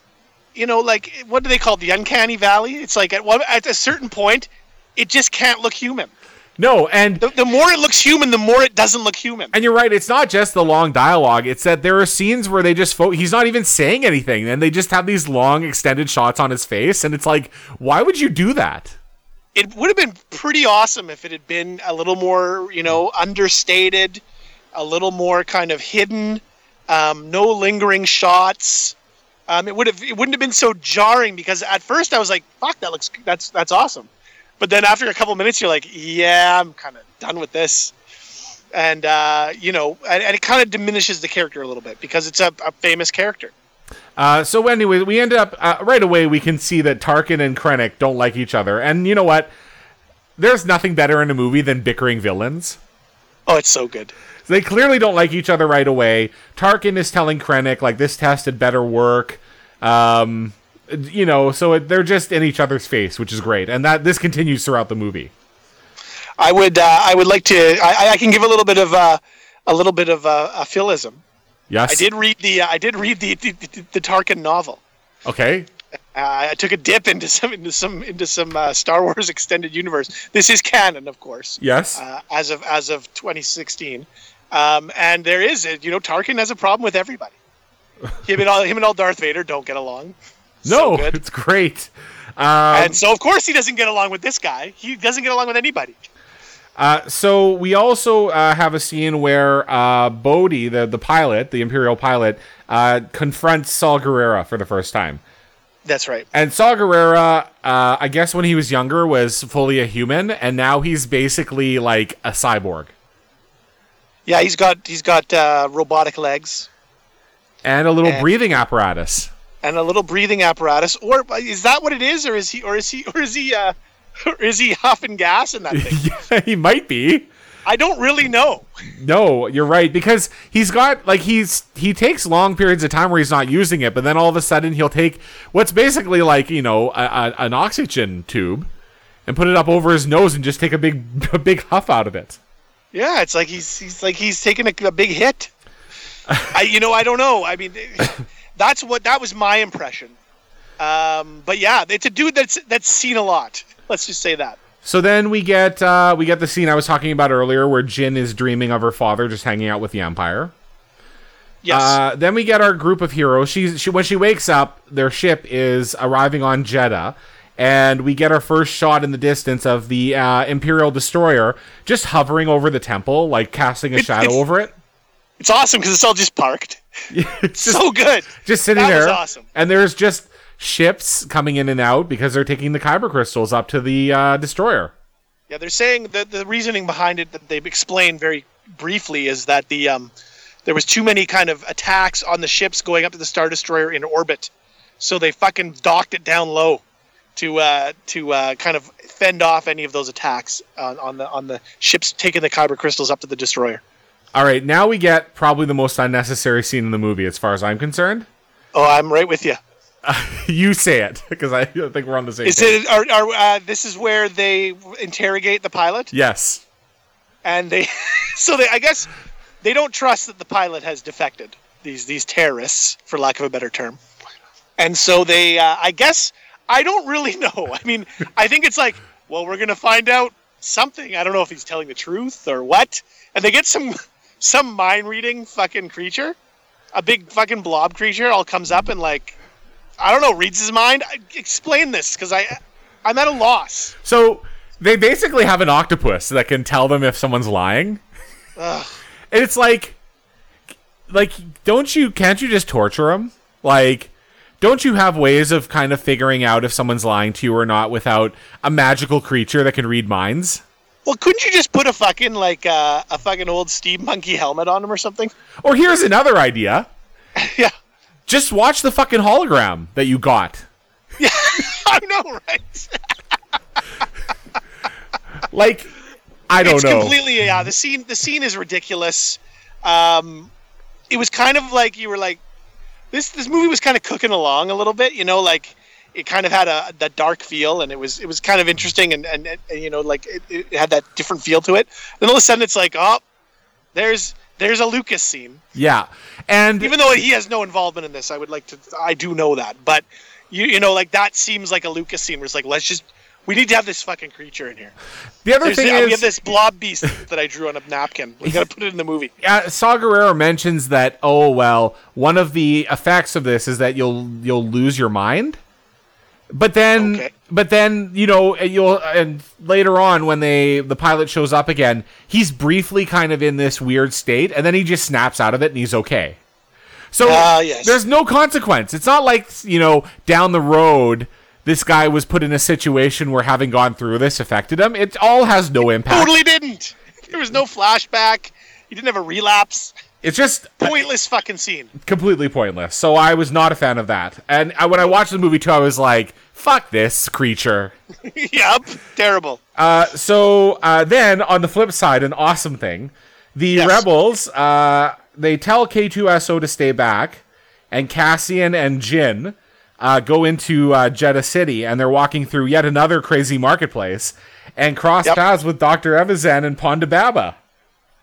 you know like what do they call it? the uncanny valley it's like at one at a certain point it just can't look human
No, and
the, the more it looks human the more it doesn't look human
and you're right, it's not just the long dialogue, it's that there are scenes where they just fo- he's not even saying anything and they just have these long extended shots on his face and it's like why would you do that?
it would have been pretty awesome if it had been a little more, you know, understated, a little more kind of hidden, um, no lingering shots. Um, it would have it wouldn't have been so jarring because at first I was like, "Fuck, that looks that's that's awesome," but then after a couple minutes, you're like, "Yeah, I'm kind of done with this," and uh, you know, and, and it kind of diminishes the character a little bit because it's a, a famous character.
Uh, so anyway, we end up uh, right away. We can see that Tarkin and Krennic don't like each other, and you know what? There's nothing better in a movie than bickering villains.
Oh, it's so good.
They clearly don't like each other right away. Tarkin is telling Krennic like this test had better work. Um, you know, so it, they're just in each other's face, which is great, and that this continues throughout the movie.
I would uh, I would like to I, I can give a little bit of uh, a little bit of uh, a philism.
Yes,
I did read the uh, I did read the the, the, the Tarkin novel.
Okay,
Uh, I took a dip into some into some into some uh, Star Wars extended universe. This is canon, of course.
yes,
Uh, as of as of 2016, um, and there is a, you know Tarkin has a problem with everybody. Him and all him and all Darth Vader don't get along,
no, Um,
good.
it's great.
and so of course he doesn't get along with this guy. He doesn't get along with anybody.
Uh, so we also uh, have a scene where uh, Bodhi, the the pilot, the Imperial pilot, uh, confronts Saul Guerrera for the first time.
That's right.
And Saul Guerrera, uh, I guess when he was younger, was fully a human, and now he's basically like a cyborg
Yeah, he's got he's got uh, robotic legs.
and a little
And-
breathing apparatus.
and a little breathing apparatus. Or is that what it is? Or is he? Or is he? Or is he? Uh, or is he huffing gas in that thing?
yeah, he might be.
I don't really know.
No, you're right because he's got like he's he takes long periods of time where he's not using it, but then all of a sudden he'll take what's basically like you know a, a, an oxygen tube and put it up over his nose and just take a big a big huff out of it.
Yeah, it's like he's he's like he's taking a, a big hit. I you know I don't know. I mean, that's what that was my impression. Um, but yeah, it's a dude that's that's seen a lot. Let's just say that.
So then we get uh, we get the scene I was talking about earlier where Jin is dreaming of her father just hanging out with the Empire.
Yes.
Uh, then we get our group of heroes. She's she when she wakes up, their ship is arriving on Jeddah, and we get our first shot in the distance of the uh, Imperial destroyer just hovering over the temple, like casting a shadow
it's-
over it,
it's awesome because it's all just parked. it's so good.
just sitting
that was
there.
awesome.
And there's just ships coming in and out because they're taking the kyber crystals up to the uh, destroyer.
Yeah, they're saying that the reasoning behind it that they've explained very briefly is that the um, there was too many kind of attacks on the ships going up to the Star Destroyer in orbit, so they fucking docked it down low to uh, to uh, kind of fend off any of those attacks on, on the on the ships taking the kyber crystals up to the destroyer.
All right, now we get probably the most unnecessary scene in the movie, as far as I'm concerned.
Oh, I'm right with you.
you say it because I think we're on the same.
Is
page.
it are, are uh, this is where they interrogate the pilot
Yes.
and they so they I guess they don't trust that the pilot has defected these these terrorists for lack of a better term, and so they uh, I guess I don't really know. I mean I think it's like well we're gonna find out something. I don't know if he's telling the truth or what, and they get some some mind reading fucking creature. a big fucking blob creature all comes up and like, I don't know, reads his mind. I, explain this because I, I'm at a loss.
So they basically have an octopus that can tell them if someone's lying. And it's like, like, don't you? Can't you just torture them? Like, don't you have ways of kind of figuring out if someone's lying to you or not without a magical creature that can read minds?
Well, couldn't you just put a fucking like uh, a fucking old steam monkey helmet on him or something?
Or here's another idea:
yeah,
just watch the fucking hologram that you got.
I know, right?
Like, I don't
it's
know.
completely yeah. The scene the scene is ridiculous. Um, it was kind of like you were like this this movie was kind of cooking along a little bit, you know, like it kind of had a that dark feel and it was it was kind of interesting and and, and you know like it, it had that different feel to it. Then all of a sudden it's like oh, there's there's a Lucas scene.
yeah, and
Even though he has no involvement in this, I would like to I do know that, but you you know like that seems like a Lucas scene where it's like let's just we need to have this fucking creature in here.
the other
There's
thing
the- we
is,
have this blob beast that I drew on a napkin. We gotta put it in the movie.
uh, Saw Gerrera mentions that oh well, one of the effects of this is that you'll you'll lose your mind. But then,
Okay.
but then you know uh, you'll and later on when they the pilot shows up again, he's briefly kind of in this weird state, and then he just snaps out of it and he's okay. So
Ah, yes.
there's no consequence. It's not like you know down the road this guy was put in a situation where having gone through this affected him. It all has no impact.
Totally didn't. There was no flashback. He didn't have a relapse.
It's just
Pointless fucking scene.
completely pointless. So I was not a fan of that. And I, when I watched the movie too, I was like, "Fuck this creature."
yep. Terrible.
Uh, so uh, then, on the flip side, an awesome thing: the
Yes.
rebels uh, they tell K2SO to stay back, and Cassian and Jin uh, go into uh, Jeddah City, and they're walking through yet another crazy marketplace, and cross
Yep.
paths with Doctor Evazan and Pondababa.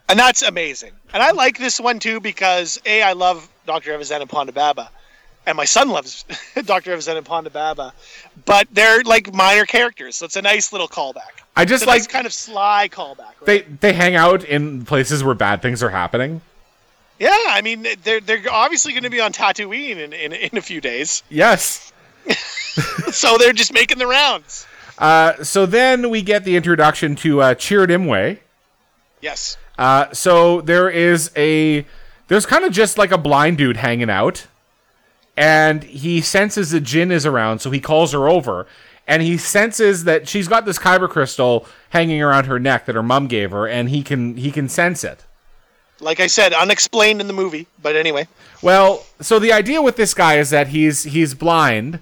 And that's amazing. And I like this one too because A, I love Dr. Evazan and Pondababa. And my son loves Dr. Evazan and Pondababa. But they're like minor characters, so it's a nice little callback.
I just
It's a
like
nice kind of sly callback. Right?
they they hang out in places where bad things are happening.
yeah, I mean, they're, they're obviously going to be on Tatooine in, in, in a few days.
Yes.
so they're just making the rounds.
Uh, so then we get the introduction to uh, Cheered Imwe.
Yes.
Uh, so there is a there's kind of just like a blind dude hanging out, and he senses that Jin is around, so he calls her over, and he senses that she's got this kyber crystal hanging around her neck that her mom gave her, and he can he can sense it.
Like I said, unexplained in the movie, but anyway.
Well, so the idea with this guy is that he's he's blind,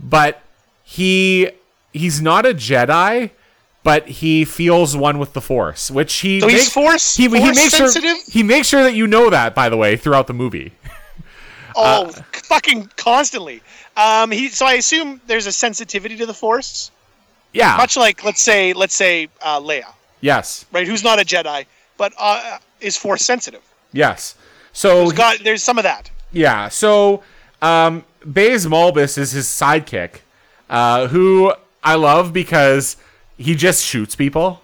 but he he's not a Jedi, but he feels one with the Force, which he
So he's
make-
Force-
he, he
Force
makes
sensitive?
sure he makes sure that you know that by the way throughout the movie. Uh,
Oh, c- fucking constantly. Um, he. So I assume there's a sensitivity to the Force,
Yeah.
much like let's say let's say uh, Leia,
yes.
right? Who's not a Jedi, but uh, is Force sensitive.
Yes. So
God, there's some of that.
Yeah. So, um, Baze Malbus is his sidekick, uh, who I love because he just shoots people.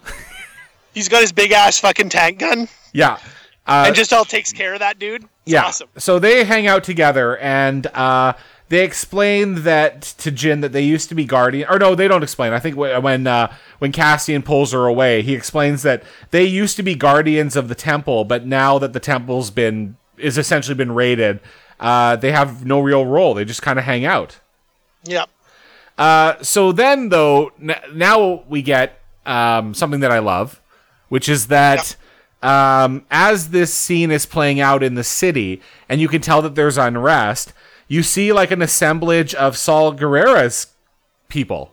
He's got his big ass fucking tank gun,
yeah.
and just all takes care of that dude. It's
Yeah.
awesome.
So they hang out together and uh, they explain that to Jin that they used to be guardian. Or no, they don't explain. I think wh- when uh, when Cassian pulls her away, he explains that they used to be guardians of the temple, but now that the temple's been is essentially been raided, uh, they have no real role. They just kind of hang out.
Yep.
so then though n- now we get um, something that i love which is that um, as this scene is playing out in the city and you can tell that there's unrest you see like an assemblage of saul guerrera's people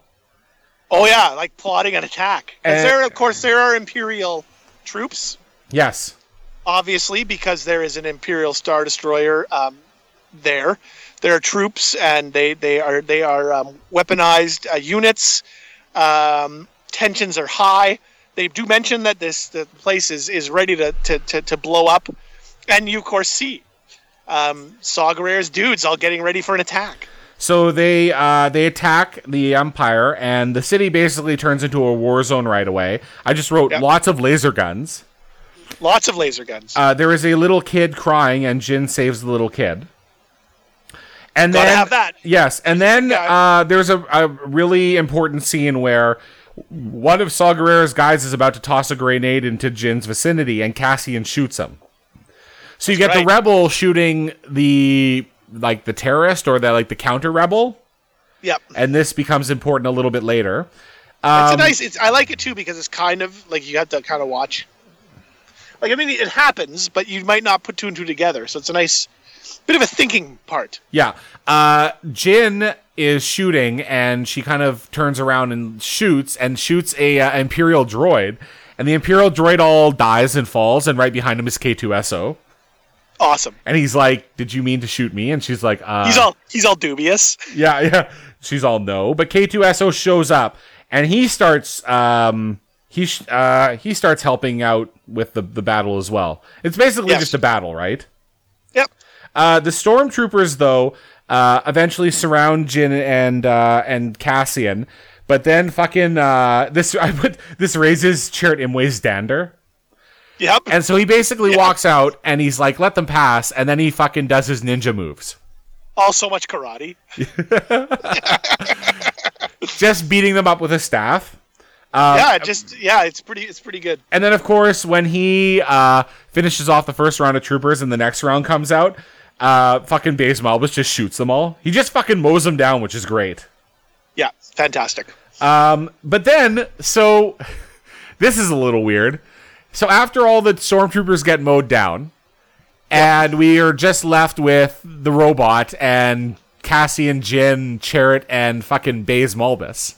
Oh yeah, like plotting an attack. 'Cause
And-
there, of course, there are Imperial troops.
yes
obviously, because there is an Imperial Star Destroyer um, there. There are troops, and they they are they are um, weaponized uh, units. Um, tensions are high. They do mention that this the place is, is ready to, to, to, to blow up, and you of course see um, Saw Gerrera's dudes all getting ready for an attack.
so they uh, they attack the empire and the city basically turns into a war zone right away i just wrote
Yep.
lots of laser guns
Lots of laser guns.
Uh, there is a little kid crying, and Jin saves the little kid. And
Gotta
then
have that.
yes, and then
Yeah.
uh, there's a, a really important scene where one of Saw Gerrera's guys is about to toss a grenade into Jin's vicinity, and Cassian shoots him. So you get
That's
the
right.
rebel shooting the like the terrorist or the like the counter rebel,
yep.
and this becomes important a little bit later. Um,
it's a nice. It's, I like it too because it's kind of like you have to kind of watch. Like I mean, it happens, but you might not put two and two together. So it's a nice bit of a thinking part.
Yeah. Uh, Jin is shooting, and she kind of turns around and shoots, and shoots a uh, Imperial droid, and the Imperial droid all dies and falls, and right behind him is K2SO,
Awesome.
and he's like, "Did you mean to shoot me?" And she's like, uh,
He's all he's all dubious.
yeah, yeah." She's all no, but K2SO shows up, and he starts um he sh- uh he starts helping out with the the battle as well. It's basically
Yes.
just a battle, right?
Yep.
Uh, the stormtroopers, though, uh, eventually surround Jin and uh, and Cassian, but then fucking uh, this I put this raises Chert Imwe's dander,
Yep.
and so he basically walks out and he's like, "Let them pass," and then he fucking does his ninja moves,
all so much karate.
just beating them up with a staff. Uh,
yeah. Just yeah. It's pretty. It's pretty good.
And then, of course, when he uh, finishes off the first round of troopers and the next round comes out, uh, fucking Baze Malbus just shoots them all. He just fucking mows them down, which is great.
Yeah. Fantastic.
But then, so this is a little weird. So after all the stormtroopers get mowed down, and we are just left with the robot and Cassian, Jin, Chariot, and fucking Baze Malbus.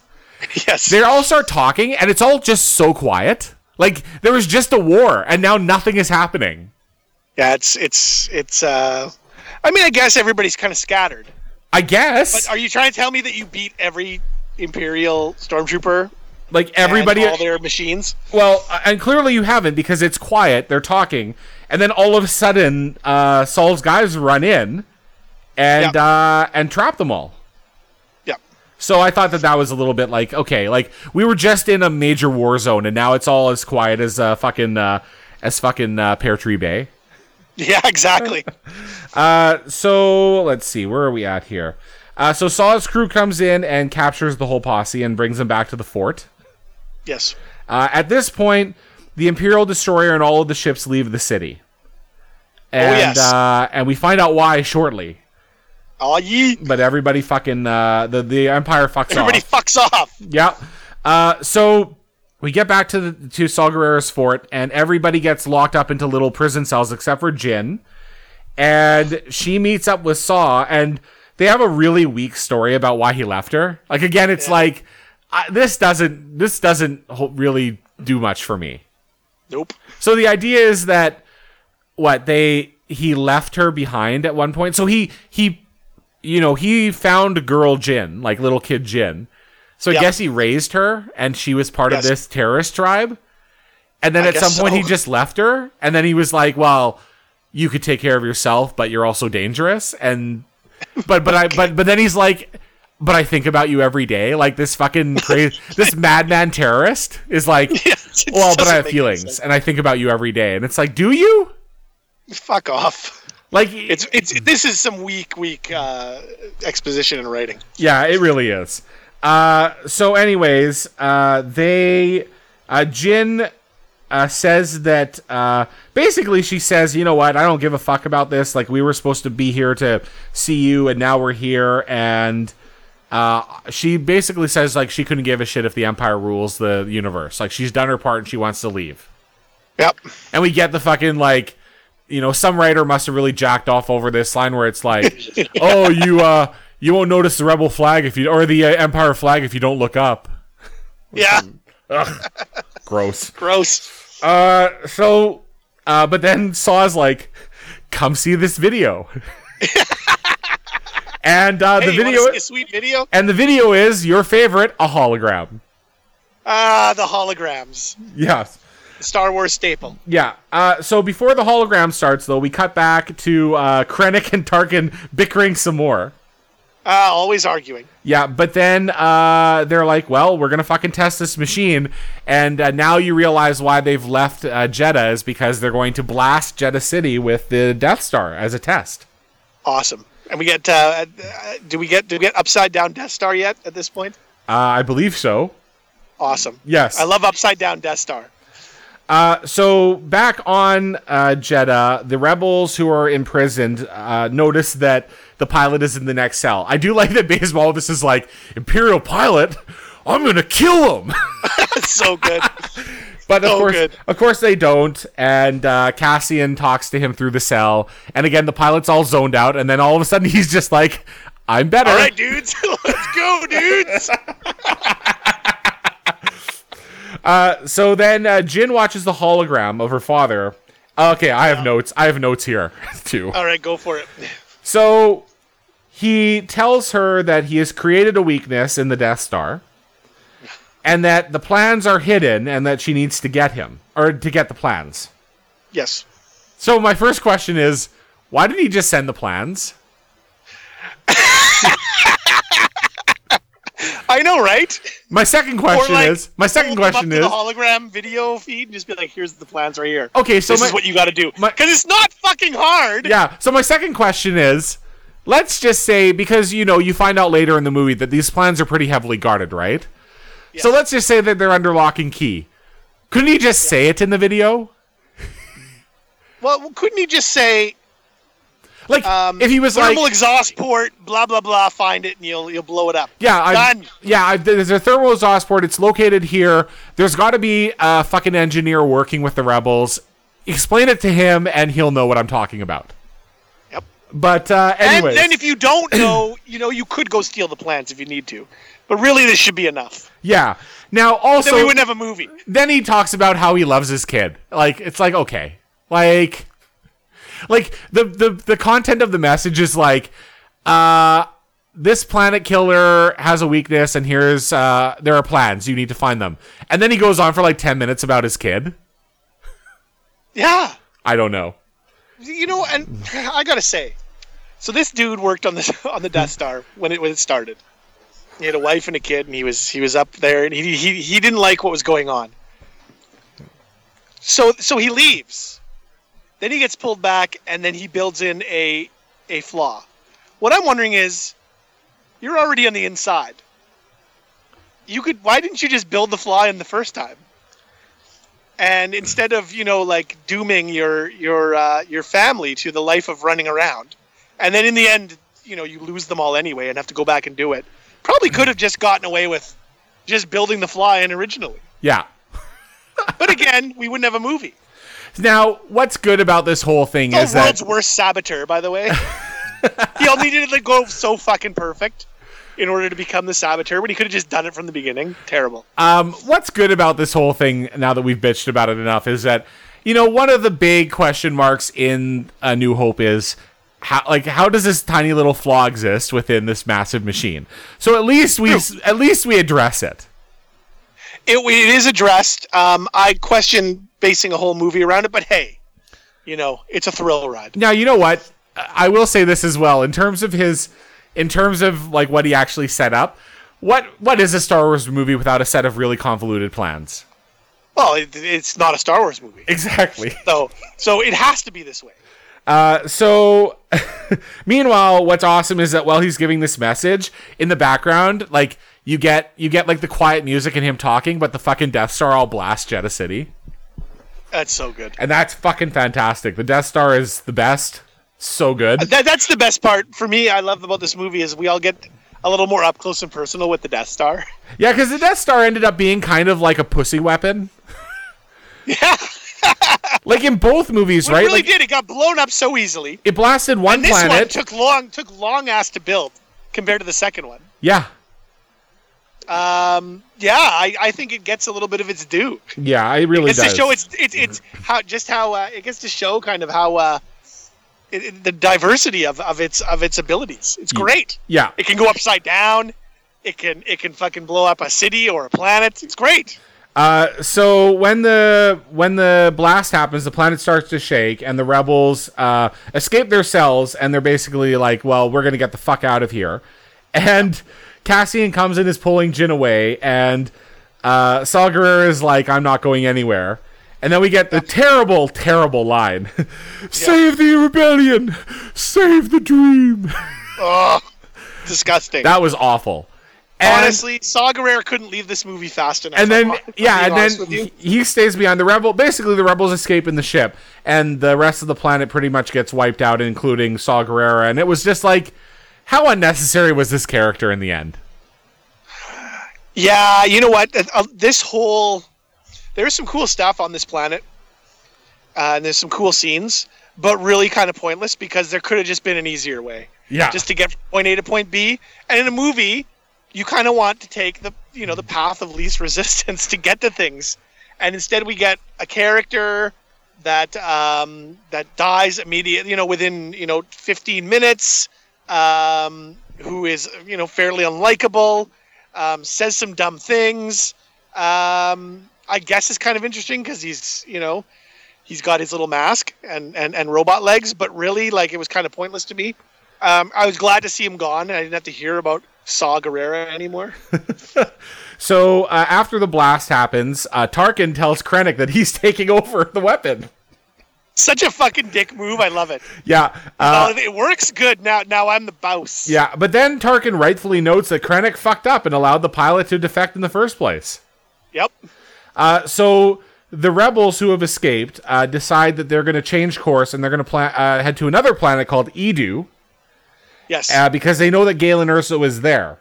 Yes.
They all start talking, and it's all just so quiet. Like there was just a war, and now nothing is happening.
yeah. It's it's it's. uh I mean, I guess everybody's kind of scattered.
I guess,
But are you trying to tell me that you beat every imperial stormtrooper?
like
and
everybody,
all their machines.
Well, uh, and clearly you haven't because it's quiet. They're talking, and then all of a sudden, uh, Saul's guys run in and
Yep.
uh, and trap them all.
Yep.
So I thought that that was a little bit like okay, like we were just in a major war zone, and now it's all as quiet as uh, fucking uh, as fucking uh, Pear Tree Bay.
Yeah. Exactly.
So let's see, where are we at here? Uh, so Saw's crew comes in and captures the whole posse and brings them back to the fort.
yes.
Uh, at this point, the Imperial destroyer and all of the ships leave the city. And,
Oh, yes.
uh, and we find out why shortly.
Aw, ye.
But everybody fucking uh, the the Empire fucks
Everybody
off.
fucks off.
yeah. Uh, so we get back to the, to Saw Gerrera's fort, and everybody gets locked up into little prison cells except for Jin. And she meets up with Saw, and they have a really weak story about why he left her. Like again, it's like I, this doesn't this doesn't ho- really do much for me.
Nope.
So the idea is that what they he left her behind at one point. So he he you know, he found girl Jin, like little kid Jin. So I
Yeah.
guess he raised her and she was part
Yes.
of this terrorist tribe. And then
I
at some
guess
point he
so.
just left her and then he was like, "Well, you could take care of yourself, but you're also dangerous." And but but I but but then he's like, "But I think about you every day." Like this fucking crazy this madman terrorist is like,
Yes, it
well, but
doesn't
I have
make any
feelings,
sense.
and I think about you every day, and it's like, do you?
Fuck off.
Like,
It's it's this is some weak weak uh, exposition and writing.
yeah, it really is. Uh, so, anyways, uh, they uh, Jin uh, says that uh, basically she says, you know what, I don't give a fuck about this. Like, we were supposed to be here to see you, and now we're here, and. Uh, she basically says like she couldn't give a shit if the empire rules the universe. Like she's done her part and she wants to leave.
Yep.
And we get the fucking like, you know, some writer must have really jacked off over this line where it's like, oh, you uh, you won't notice the rebel flag if you or the uh, empire flag if you don't look up.
Yeah.
Gross.
Gross.
So, uh, but then Saw's like, come see this video. and uh,
Hey,
the
you wanna
video
see a sweet video.
and the video is your favorite, a hologram.
Ah, the holograms.
Yes.
Star Wars staple.
Yeah. Uh, so before the hologram starts, though, we cut back to uh, Krennic and Tarkin bickering some more.
Uh, always arguing.
Yeah, but then uh, they're like, "Well, we're gonna fucking test this machine," and uh, now you realize why they've left uh, Jeddah is because they're going to blast Jeddah City with the Death Star as a test.
Awesome. And we get uh, uh, do we get do we get upside down Death Star yet at this point?
Uh, I believe so.
Awesome.
Yes.
I love upside down Death Star.
so back on uh, Jeddah, the rebels who are imprisoned uh, notice that the pilot is in the next cell. I do like that baseball. This is like Imperial pilot. I'm gonna kill him.
That's so good.
But of
So
course,
Oh, good.
of course, they don't. And uh, Cassian talks to him through the cell. And again, the pilot's all zoned out. And then all of a sudden, he's just like, "I'm better."
All right, dudes, let's go, dudes.
So then, uh, Jin watches the hologram of her father. Okay, I have notes. I have notes here too.
All right, go for it.
So he tells her that he has created a weakness in the Death Star, and that the plans are hidden, and that she needs to get him or to get the plans.
Yes.
So my first question is, why did he just send the plans?
I know, right?
My second question
like,
is. My second
Hold them up
question
to
is.
the hologram video feed and just be like, "Here's the plans right here."
Okay, so
this
my-
is what you got to do
my-
because it's not fucking hard.
yeah. So my second question is. Let's just say because you know you find out later in the movie that these plans are pretty heavily guarded, right? So let's just say that they're under lock and key. Couldn't he just say it in the video?
Well, couldn't he just say
Like
um,
if he was
thermal
like,
exhaust port, blah blah blah, find it and you'll you'll blow it up.
yeah, I,
done.
yeah, I, there's a thermal exhaust port. It's located here. There's got to be a fucking engineer working with the rebels. Explain it to him, and he'll know what I'm talking about.
Yep.
But uh,
And
anyway,
then if you don't know, you know you could go steal the plans if you need to, but really this should be enough.
yeah. Now
Then
also,
we wouldn't have a movie.
then he talks about how he loves his kid. Like it's like okay, like like the the the content of the message is like uh this planet killer has a weakness and here's uh there are plans you need to find them. And then he goes on for like 10 minutes about his kid.
Yeah.
I don't know.
You know, and I gotta say, so this dude worked on the on the Death Star when it when it started. He had a wife and a kid, and he was he was up there, and he he, he didn't like what was going on. So so he leaves. Then he gets pulled back, and then he builds in a a flaw. What I'm wondering is, you're already on the inside. You could why didn't you just build the flaw in the first time? and instead of you know like dooming your your uh, your family to the life of running around and then in the end you know you lose them all anyway and have to go back and do it probably could have just gotten away with just building the fly in originally
Yeah.
but again we wouldn't have a movie
Now, what's good about this whole thing
the
is that
world's worst saboteur by the way he only needed to go so fucking perfect in order to become the saboteur when he could have just done it from the beginning terrible
Um, what's good about this whole thing now that we've bitched about it enough is that you know one of the big question marks in A New Hope is how like how does this tiny little flaw exist within this massive machine? So at least we at least we address it.
it, it is addressed. Um, I question basing a whole movie around it, but hey, you know, it's a thrill ride.
Now you know what I I will say this as well in terms of his in terms of like what he actually set up. What what is a Star Wars movie without a set of really convoluted plans?
Well, it, it's not a Star Wars movie,
Exactly.
so so it has to be this way.
so meanwhile what's awesome is that while he's giving this message in the background like you get you get like the quiet music and him talking but the fucking death star all blast jetta city
That's so good.
and that's fucking fantastic the death star is the best so good
That, that's the best part for me. I love about this movie is we all get a little more up close and personal with the Death Star.
yeah because the death star ended up being kind of like a pussy weapon
Yeah,
like in both movies
we
right
really
like
did. It got blown up so easily.
it blasted one
This one
planet
took long took long ass to build compared to the second one.
yeah
Um, yeah, I, I think it gets a little bit of its due.
yeah i really
it's
does
to show it's it's it's how just how uh, it gets to show kind of how uh, it, it- the diversity of, of its of its abilities. It's great.
yeah
It can go upside down. It can it can fucking blow up a city or a planet. It's great.
so when the when the blast happens, the planet starts to shake, and the rebels uh, escape their cells, and they're basically like, "Well, we're gonna get the fuck out of here." And Cassian comes and is pulling Jin away, and uh, Saw Gerrera is like, "I'm not going anywhere." And then we get the terrible, terrible line: "Save the rebellion, save the dream."
Oh, disgusting.
That was awful. And-
Honestly, Saw Gerrera couldn't leave this movie fast enough.
and then
I'm- I'm
yeah,
being
and
honest
then
with you.
he he stays behind the rebel. Basically, the rebels escape in the ship, and the rest of the planet pretty much gets wiped out, including Saw Gerrera. And it was just like, how unnecessary was this character in the end?
Yeah, you know what? Uh, uh, This whole there is some cool stuff on this planet, uh, and there's some cool scenes, but really kind of pointless because there could have just been an easier way,
Yeah,
just to get from point A to point B. And in a movie, you kind of want to take the you know the path of least resistance to get to things, and instead we get a character that um, that dies immediately, you know, within you know 15 minutes, um, who is you know fairly unlikable um, says some dumb things. Um, I guess is kind of interesting because he's you know he's got his little mask and, and and robot legs, but really like it was kind of pointless to me. Um, I was glad to see him gone. I didn't have to hear about Saw Gerrera anymore.
So uh, after the blast happens, uh, Tarkin tells Krennic that he's taking over the weapon.
Such a fucking dick move. I love it.
Yeah, uh,
Oh, it works good now. Now I'm the boss.
yeah. But then Tarkin rightfully notes that Krennic fucked up and allowed the pilot to defect in the first place.
Yep.
Uh, so the rebels who have escaped uh, decide that they're going to change course and they're going to pla- uh, head to another planet called Edu
Yes.
uh, because they know that Galen Urso is there.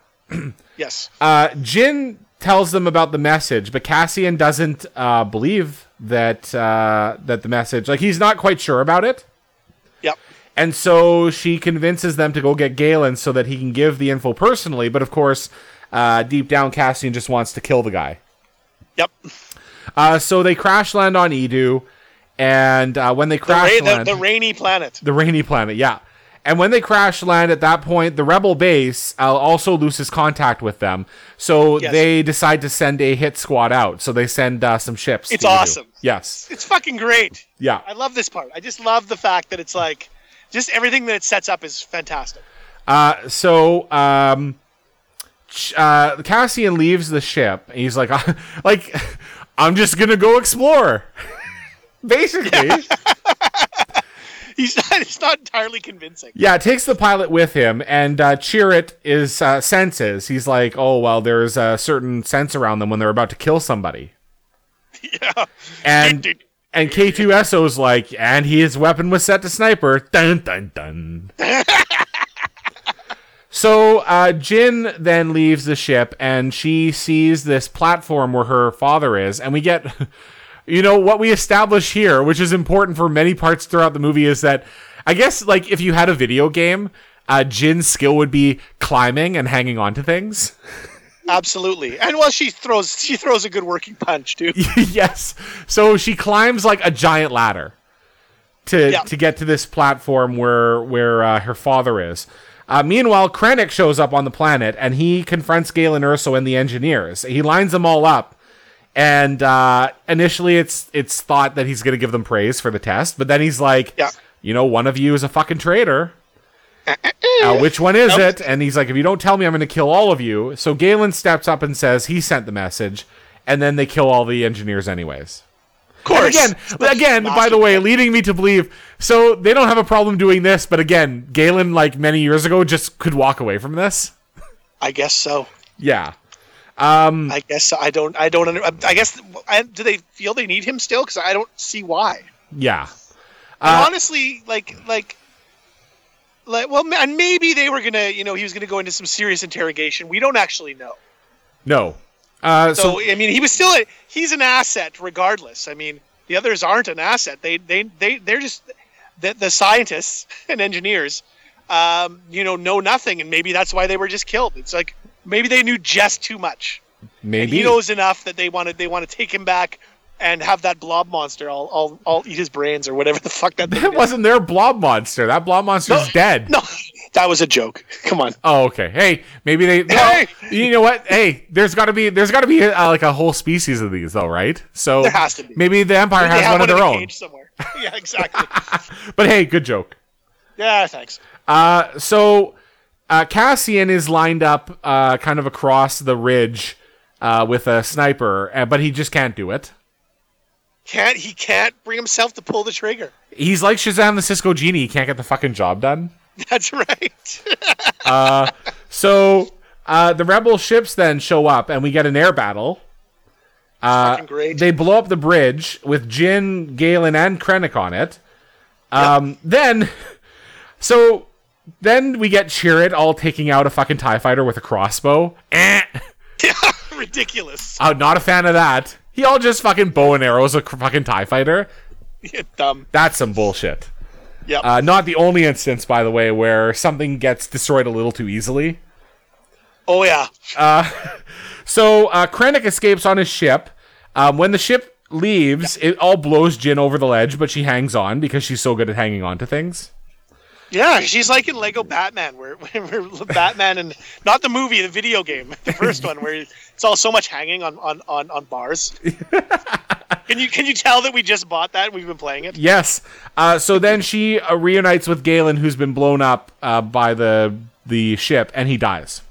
yes.
Uh, Jin tells them about the message, but Cassian doesn't uh, believe that uh, that the message. Like he's not quite sure about it.
yep.
And so she convinces them to go get Galen so that he can give the info personally. But of course, uh, deep down, Cassian just wants to kill the guy.
Yep.
Uh, so they crash land on Edu, and uh, when they
The,
crash
ra- the,
land,
the rainy planet.
the rainy planet, yeah. And when they crash land at that point, the rebel base uh, also loses contact with them. So
Yes.
they decide to send a hit squad out. So they send uh, some ships.
It's
to Edu.
awesome.
Yes.
It's fucking great.
Yeah.
I love this part. I just love the fact that it's like just everything that it sets up is fantastic.
Uh, so um, ch- uh, Cassian leaves the ship. And he's like, like, I'm just gonna go explore. Basically.
He's not, it's not entirely convincing.
Yeah, takes the pilot with him, and uh, Chirrut is uh, senses. He's like, oh well, there's a certain sense around them when they're about to kill somebody.
Yeah.
And and K2SO's like, and his weapon was set to sniper. Dun dun dun. so uh, Jin then leaves the ship, and she sees this platform where her father is, and we get. You know what we establish here, which is important for many parts throughout the movie, is that I guess like if you had a video game, uh, Jin's skill would be climbing and hanging on to things.
Absolutely. And well, she throws she throws a good working punch too.
yes. So she climbs like a giant ladder to
Yeah.
to get to this platform where where uh, her father is. Uh, meanwhile, Krennic shows up on the planet and he confronts Galen Urso and the engineers. He lines them all up, and uh, initially it's it's thought that he's going to give them praise for the test, but then he's like,
Yeah.
you know, one of you is a fucking traitor. Uh, which one is it? And he's like, if you don't tell me, I'm going to kill all of you. So Galen steps up and says he sent the message, and then they kill all the engineers anyways.
Of course.
Again, again, by the way, leading me to believe. So they don't have a problem doing this, but again, Galen, like many years ago, just could walk away from this.
I guess so.
Yeah.
I guess so. I don't. I don't. Under, I guess. I, do they feel they need him still? Because I don't see why.
Yeah.
And honestly, like like like well, ma- and maybe they were gonna. You know, he was gonna go into some serious interrogation. We don't actually know.
No. Uh, so,
So I mean, he was still a, he's an asset regardless. I mean, the others aren't an asset. They they they they're just the, the scientists and engineers, um, you know, know nothing, and maybe that's why they were just killed. It's like maybe they knew just too much. And
maybe.
he knows enough that they wanted they want to take him back and have that blob monster all all, all eat his brains or whatever the fuck that. thing
It
is.
wasn't their blob monster. That blob monster's dead.
No, that was a joke. Come on.
Oh, okay. Hey, maybe they. no,
Hey!
you know what? Hey, there's got to be there's got to be uh, like a whole species of these, though, right? So
There has to be.
Maybe the Empire
They
has
have
one of
in
their
a
own.
cage somewhere. Yeah, exactly.
But hey, good joke.
yeah, thanks.
Uh, so uh, Cassian is lined up uh, kind of across the ridge uh, with a sniper, uh, but he just can't do it.
Can't he can't bring himself to pull the trigger.
He's like Shazam the Cisco Genie. He can't get the fucking job done.
That's right.
So uh, the rebel ships then show up, and we get an air battle.
Fucking great.
Uh, They blow up the bridge with Jin, Galen, and Krennic on it. Um, Then, so then we get Chirrut all taking out a fucking Tie Fighter with a crossbow. Eh,
Ridiculous.
I'm not a fan of that. He all just fucking bow and arrows a cr- fucking Tie Fighter.
Dumb.
That's some bullshit.
Yep.
Uh, not the only instance, by the way, where something gets destroyed a little too easily.
oh yeah.
So uh, Krennic escapes on his ship. Um, when the ship leaves, it all blows Jin over the ledge, but she hangs on because she's so good at hanging on to things.
Yeah, she's like in Lego Batman, where, where Batman and not the movie, the video game, the first one, where it's all so much hanging on, on, on, on bars. can you can you tell that we just bought that and we've been playing it?
Yes. Uh, so then she uh, reunites with Galen, who's been blown up uh, by the the ship, and he dies.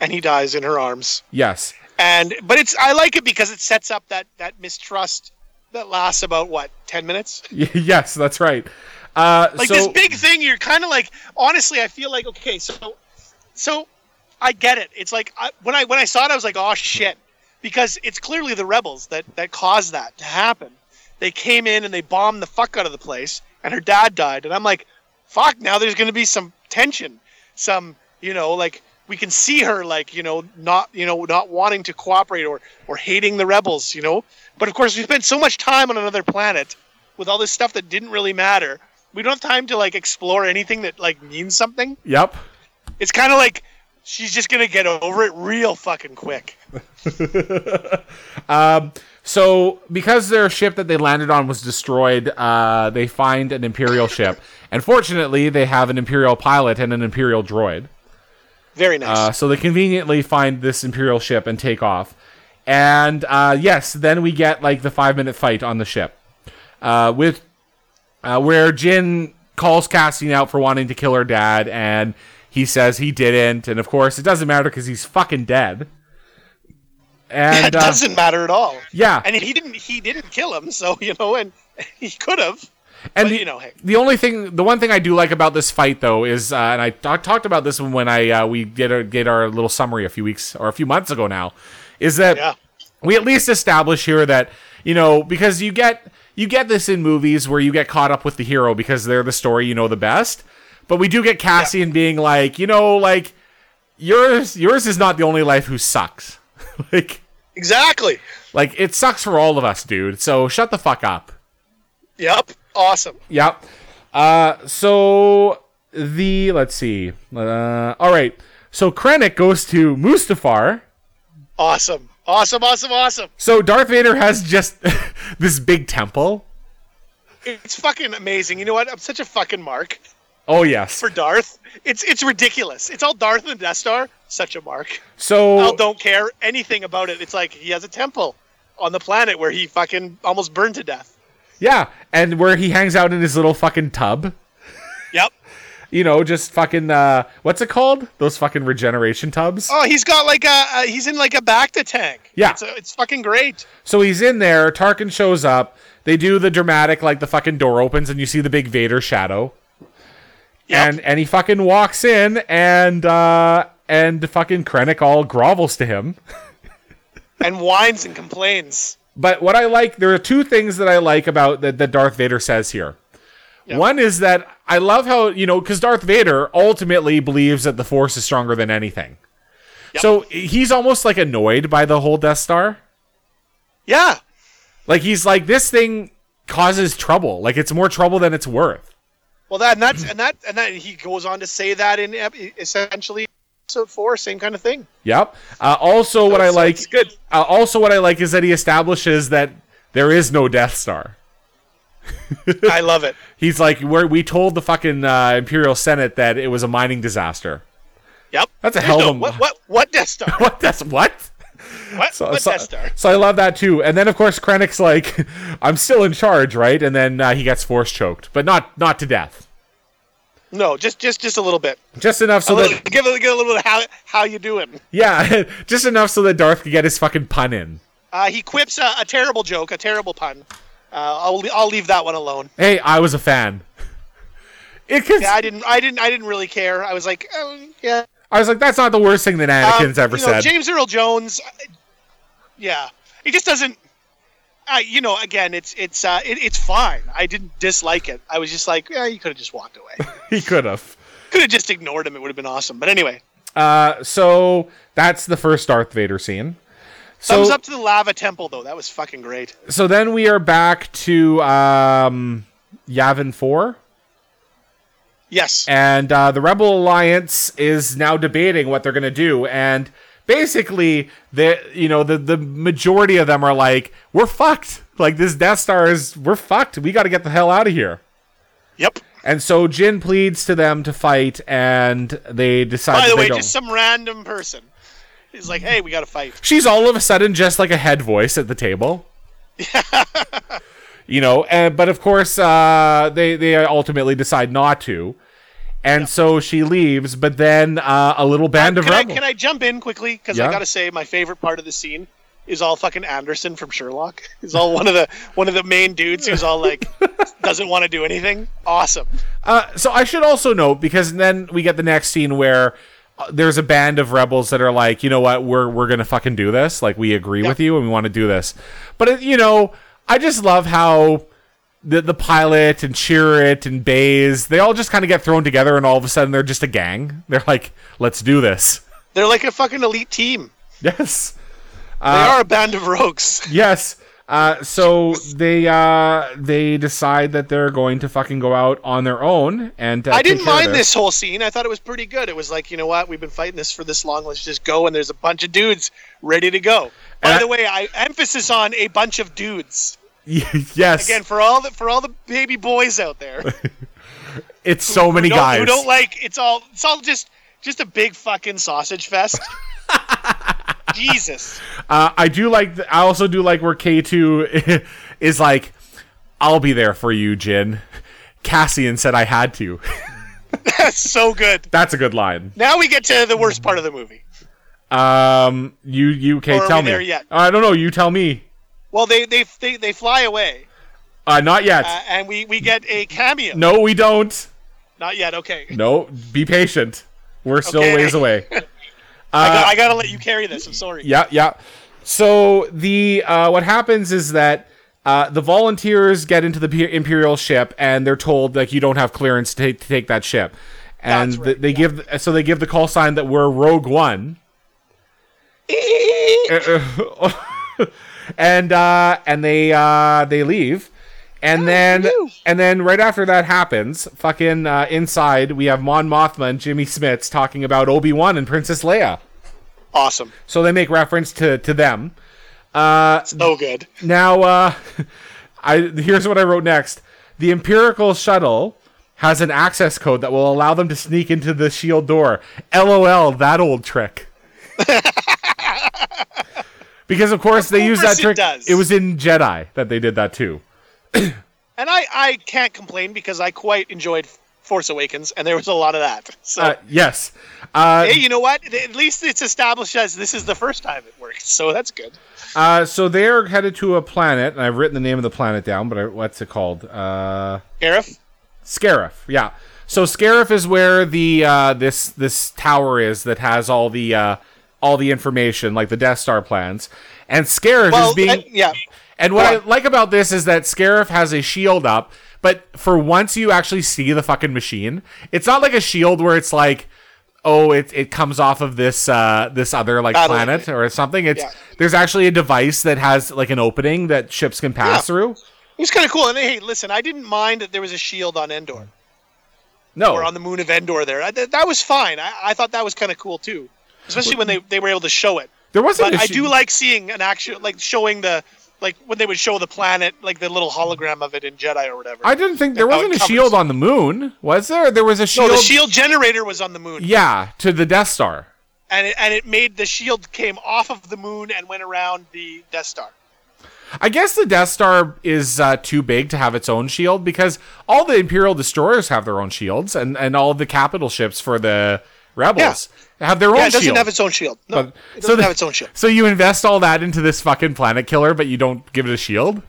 And he dies in her arms.
Yes.
And but it's I like it because it sets up that that mistrust that lasts about what ten minutes.
Y- yes, that's right. Uh,
like
so,
this big thing you're kind of like honestly i feel like okay so so i get it it's like I, when i when i saw it i was like oh shit because it's clearly the rebels that that caused that to happen they came in and they bombed the fuck out of the place and her dad died and i'm like fuck now there's going to be some tension some you know like we can see her like you know not you know not wanting to cooperate or or hating the rebels you know but of course we spent so much time on another planet with all this stuff that didn't really matter we don't have time to like explore anything that like means something
Yep.
it's kind of like she's just gonna get over it real fucking quick
So, because their ship that they landed on was destroyed, uh, they find an Imperial ship. And fortunately, they have an Imperial pilot and an Imperial droid.
very nice
Uh, so they conveniently find this Imperial ship and take off. And uh, yes, then we get like the five minute fight on the ship, uh, with uh, where Jin calls Cassian out for wanting to kill her dad, and he says he didn't. And of course, it doesn't matter because he's fucking dead. And
that
uh,
doesn't matter at all
yeah.
and he didn't he didn't kill him so you know and he could have
And
But,
the,
you know, hey.
the only thing, the one thing I do like about this fight, though, is, uh, and I ta- talked about this when I uh, we did our, did our little summary a few weeks or a few months ago now, is that
Yeah.
we at least establish here that you know because you get you get this in movies where you get caught up with the hero because they're the story you know the best, but we do get Cassian being like, you know, like yours yours is not the only life who sucks, like
exactly
like it sucks for all of us, dude. So shut the fuck up.
yep awesome
Yep. Uh, so the let's see. Uh, all right. So Krennic goes to Mustafar.
awesome awesome awesome awesome
So Darth Vader has just this big temple.
it's fucking amazing you know what i'm such a fucking mark
Oh yes.
for darth it's it's ridiculous it's all darth and the death star such a mark Al
So
don't care anything about it. It's like he has a temple on the planet where he fucking almost burned to death.
yeah, and where he hangs out in his little fucking tub,
Yep.
you know, just fucking uh, what's it called? Those fucking regeneration tubs.
Oh, he's got like a, a he's in like a Bacta tank.
Yeah.
It's, a, it's fucking great.
So he's in there. Tarkin shows up. They do the dramatic, like the fucking door opens and you see the big Vader shadow.
Yep.
And and he fucking walks in and uh and fucking Krennic all grovels to him.
and whines and complains.
But what I like, there are two things that I like about that, that Darth Vader says here. One is that I love how, you know, because Darth Vader ultimately believes that the Force is stronger than anything. So he's almost like annoyed by the whole Death Star.
Yeah.
Like he's like, this thing causes trouble. Like it's more trouble than it's worth.
Well, that and that's and that and that he goes on to say that in ep- e, essentially episode four, same kind of thing.
Yep. Uh, also, what I
it's-
like,
it's good.
Uh, also, what I like is that he establishes that there is no Death Star.
I love it.
He's like, we're, we told the fucking uh, Imperial Senate that it was a mining disaster.
Yep.
That's a
There's
hell of
no-
a-
what what what Death Star?
What? That's what?
What,
So,
what
so-
Death Star?
so I love that too. And then of course Krennic's like, I'm still in charge, right? And then uh, he gets force choked, but not not to death.
No, just just just a little bit.
Just enough so
A little,
that
give it give it a little bit of how how you doing?
yeah, just enough so that Darth could get his fucking pun in.
Uh, he quips a, a terrible joke, a terrible pun. Uh, I'll le- I'll leave that one alone.
Hey, I was a fan. It could,
Yeah, I didn't I didn't I didn't really care. I was like, um, yeah.
I was like, that's not the worst thing that
Um,
Anakin's ever
you know,
said.
James Earl Jones. uh, Yeah, he just doesn't. Uh, you know, again, it's it's uh, it, it's fine. I didn't dislike it. I was just like, yeah, you could have just walked away.
he could have.
could have just ignored him. It would have been awesome. But anyway,
Uh, so that's the first Darth Vader scene. So
thumbs up to the lava temple though. That was fucking great.
so then we are back to um, Yavin Four.
Yes.
And uh, the Rebel Alliance is now debating what they're going to do. And basically, the you know the the majority of them are like, "We're fucked. Like this Death Star is we're fucked. We got to get the hell out of here."
yep.
And so Jin pleads to them to fight, and they decide.
By
that
the
they
way,
don't.
just some random person. He's like, hey, we got to fight.
she's all of a sudden just like a head voice at the table. you know, and, but of course, uh, they they ultimately decide not to, and so she leaves. But then uh, a little band of
Can I,
rebels.
can I jump in quickly? Because
Yeah.
I gotta say, my favorite part of the scene is all fucking Anderson from Sherlock. Is all one of the one of the main dudes who's all like doesn't want to do anything. Awesome.
Uh, so I should also note because then we get the next scene where uh, there's a band of rebels that are like, you know what, we're we're gonna fucking do this. Like we agree with you and we want to do this. But it, you know, I just love how the the pilot and Chirrut and Baze they all just kind of get thrown together and all of a sudden they're just a gang. They're like, let's do this.
They're like a fucking elite team.
Yes.
They
Uh,
are a band of rogues.
Yes. Uh, so they uh, they decide that they're going to fucking go out on their own and uh,
I
take
didn't
care of
mind
this.
this whole scene. I thought it was pretty good. It was like, you know what? We've been fighting this for this long. Let's just go. And there's a bunch of dudes ready to go. By
And I-
the way, I emphasis on a bunch of dudes.
yes.
Again, for all the for all the baby boys out there.
It's so many
don't-
guys.
who don't like it's all it's all just just a big fucking sausage fest. Jesus,
uh, I do like. th- I also do like where K two is like, "I'll be there for you, Jin." Cassian said I had to.
that's so good.
That's a good line.
Now we get to the worst part of the movie.
Um, you you K,
Or are
tell
we
me. Uh,
there yet?
I don't know. You tell me.
Well, they they they, they fly away,
Uh, not yet.
uh, and we we get a cameo.
no, we don't.
Not yet. Okay,
No, be patient. We're still
Okay.
ways away.
I, got, I gotta let you carry this. I'm sorry.
Yeah, yeah. So the uh, what happens is that uh, the volunteers get into the P- imperial ship and they're told like you don't have clearance to take, to take that ship, and
That's right,
th- they give so they give the call sign that we're Rogue One, and uh, and they uh, they leave.
Oh,
And then, and then, right after that happens, fucking uh, inside, we have Mon Mothma and Jimmy Smits talking about Obi Wan and Princess Leia.
Awesome.
So they make reference to to them.
So good.
Now, uh, I here's what I wrote next. The empirical shuttle has an access code that will allow them to sneak into the shield door. LOL, that old trick. because of course they use
course
that
it
trick.
does.
was in Jedi that they did that too.
And I I can't complain because I quite enjoyed Force Awakens, and there was a lot of that. So.
Uh, yes. Uh,
Hey, you know what? At least it's established as this is the first time it worked, so that's good.
uh, so they're headed to a planet, and I've written the name of the planet down, but I, what's it called? Uh,
Gareth,
Scarif, yeah. So Scarif is where the uh, this this tower is that has all the uh, all the information, like the Death Star plans. And Scarif
Well,
is being
uh, yeah.
And what I
Yeah.
like about this is that Scarif has a shield up, but for once you actually see the fucking machine. It's not like a shield where it's like, oh, it it comes off of this uh, this other like
Battle
planet
engine.
or something. It's
Yeah.
there's actually a device that has like an opening that ships can pass
Yeah.
through.
It was kind of cool. And hey, listen, I didn't mind that there was a shield on Endor
No,
or on the moon of Endor. There, I, th- that was fine. I, I thought that was kind of cool too, especially when they, they were able to show it.
there wasn't.
But
a
I
shi-
do like seeing an actual like showing the like when they would show the planet, like the little hologram of it in Jedi or whatever.
I didn't think there
How it
wasn't a
covers.
shield on the moon, was there? There was a
no,
shield.
Oh, the shield generator was on the moon,
Yeah, to the Death Star.
and it, and it made the shield came off of the moon and went around the Death Star.
I guess the Death Star is uh, too big to have its own shield because all the Imperial destroyers have their own shields, and and all the capital ships for the rebels have their
Yeah,
own
it doesn't
shield.
have its own shield. No,
But-
it doesn't
the-
have its own shield.
So you invest all that into this fucking planet killer, but you don't give it a shield.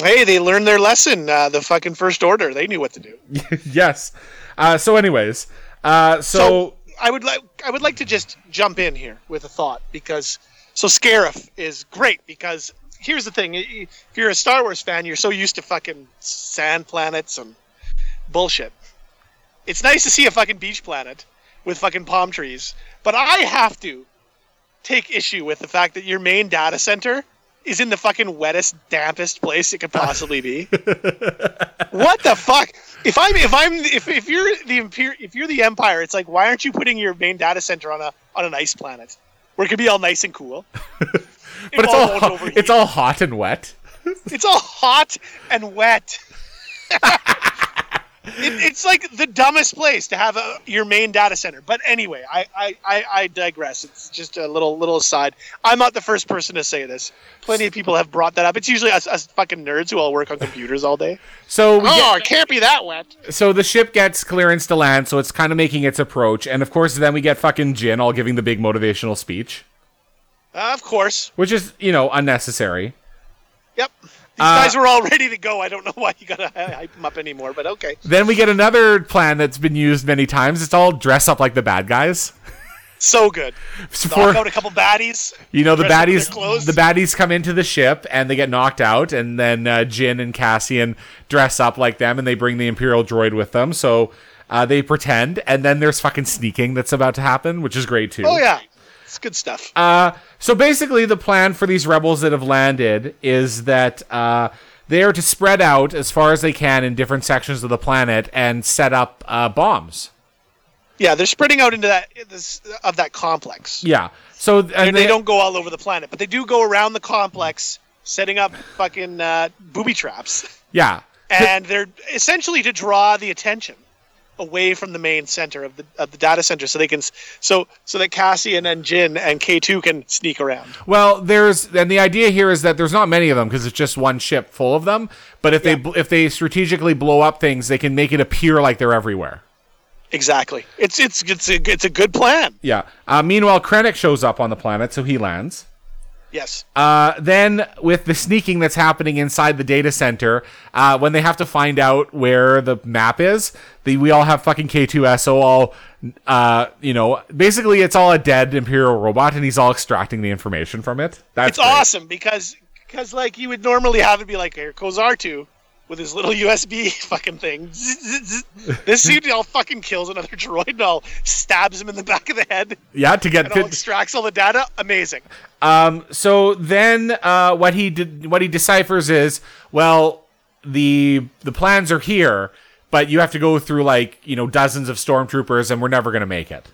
Hey, they learned their lesson. Uh, the fucking First Order. They knew what to do.
yes. Uh, so, anyways, uh, so,
So I would like I would like to just jump in here with a thought because so Scarif is great because here's the thing: if you're a Star Wars fan, you're so used to fucking sand planets and bullshit. It's nice to see a fucking beach planet with fucking palm trees, but I have to take issue with the fact that your main data center is in the fucking wettest, dampest place it could possibly be. what the fuck? If I'm if I'm if, if you're the Imper- if you're the Empire, it's like why aren't you putting your main data center on a on an ice planet where it could be all nice and cool?
but it's
won't
all
overheat.
it's all hot and wet.
It's all hot and wet. it, it's like the dumbest place to have a, your main data center. But anyway, I, I, I, I digress. It's just a little little aside. I'm not the first person to say this. Plenty of people have brought that up. It's usually us, us fucking nerds who all work on computers all day.
So, we
Oh, it can't be that wet.
get- so the ship gets clearance to land, so it's kind of making its approach, and of course, then we get fucking Jin all giving the big motivational speech,
Uh, of course.
which is you know unnecessary.
Yep. These
Uh,
guys were all ready to go. I don't know why you gotta hy- hype them up anymore, but okay.
Then we get another plan that's been used many times. It's all dress up like the bad guys.
So good.
For-
Knock out a couple baddies.
You know the
Dress up in their
baddies.
clothes.
The baddies come into the ship and they get knocked out, and then uh, Jin and Cassian dress up like them, and they bring the Imperial droid with them. So uh, they pretend, and then there's fucking sneaking that's about to happen, which is great too.
Oh yeah, it's good stuff.
So basically, the plan for these rebels that have landed is that uh, they are to spread out as far as they can in different sections of the planet and set up uh, bombs.
Yeah, they're spreading out into that this, of that complex.
Yeah. So and
And they, don't go all over the planet, but they do go around the complex, setting up fucking uh, booby traps,
Yeah.
and they're essentially to draw the attention away from the main center of the of the data center, so they can s- so so that Cassian and Jin and K two can sneak around.
Well, there's and the idea here is that there's not many of them because it's just one ship full of them. But if they they if they strategically blow up things, they can make it appear like they're everywhere.
Exactly. It's it's it's a it's a good plan.
Yeah. Uh, meanwhile, Krennic shows up on the planet, so he lands.
Yes.
Uh, then, with the sneaking that's happening inside the data center, uh, when they have to find out where the map is, the, we all have fucking K2SO all, uh, you know, basically it's all a dead Imperial robot, and he's all extracting the information from it. That's
it's
great.
awesome because because like you would normally have it be like here goes R2 with his little USB fucking thing. Zzz, zzz, zzz. This dude all fucking kills another droid and all stabs him in the back of the head
Yeah, to get
and all
to-
extracts all the data. Amazing.
so then uh, what he did what he deciphers is well the the plans are here but you have to go through like you know dozens of stormtroopers and we're never going to make it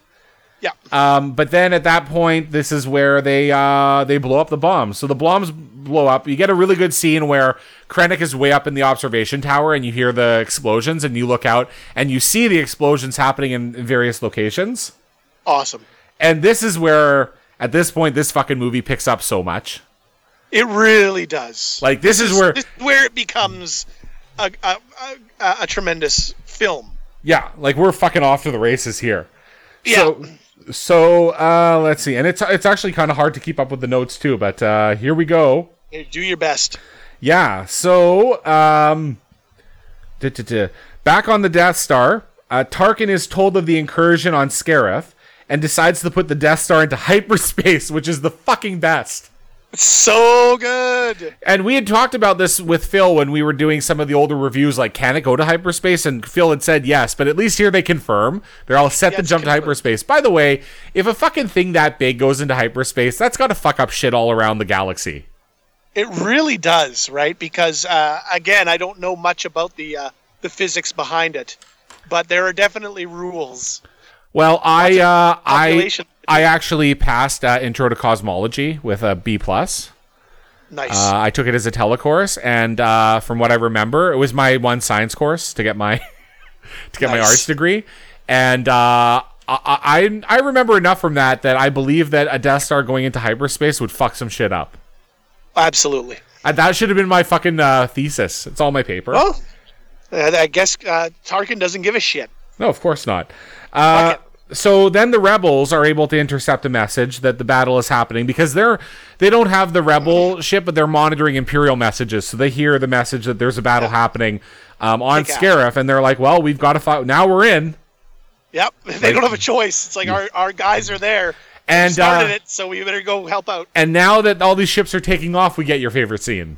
Yeah.
um, but then at that point this is where they uh, they blow up the bombs so the bombs blow up you get a really good scene where krennick is way up in the observation tower and you hear the explosions and you look out and you see the explosions happening in various locations
awesome.
and this is where at this point this fucking movie picks up so much
It really does.
like this is where
this is where it becomes a a, a, a- a tremendous film.
Yeah, like we're fucking off to the races here.
Yeah.
So, so uh, let's see, and it's it's actually kind of hard to keep up with the notes too. But uh, here we go.
Here, Do your best.
Yeah. So, um, duh, duh, duh. back on the Death Star, uh, Tarkin is told of the incursion on Scarif and decides to put the Death Star into hyperspace, which is the fucking best.
It's so good.
And we had talked about this with Phil when we were doing some of the older reviews, like can it go to hyperspace? And Phil had said yes, but at least here they confirm they're all set to
Yes,
jump to
confirmed.
hyperspace. By the way, if a fucking thing that big goes into hyperspace, that's got to fuck up shit all around the galaxy.
It really does, right? Because uh, again, I don't know much about the uh, the physics behind it, but there are definitely rules.
Well, I uh, I
population.
I actually passed uh, Intro to Cosmology with a B plus.
Nice.
Uh, I took it as a telecourse, and uh, from what I remember, it was my one science course to get my to get my
Nice.
arts degree. And uh, I, I I remember enough from that that I believe that a Death Star going into hyperspace would fuck some shit up.
Absolutely.
Uh, that should have been my fucking uh, thesis. It's all my paper.
Well, uh, I guess uh, Tarkin doesn't give a shit.
No, of course not. Uh, so then the rebels are able to intercept a message that the battle is happening because they're they don't have the rebel ship, but they're monitoring imperial messages. So they hear the message that there's a battle happening um, on
Take
Scarif, and they're like, "Well, we've got to fight. Now we're in."
Yep, they don't have a choice. It's like our, our guys are there. They
And,
started
uh,
it, so we better go help out.
And now that all these ships are taking off, we get your favorite scene.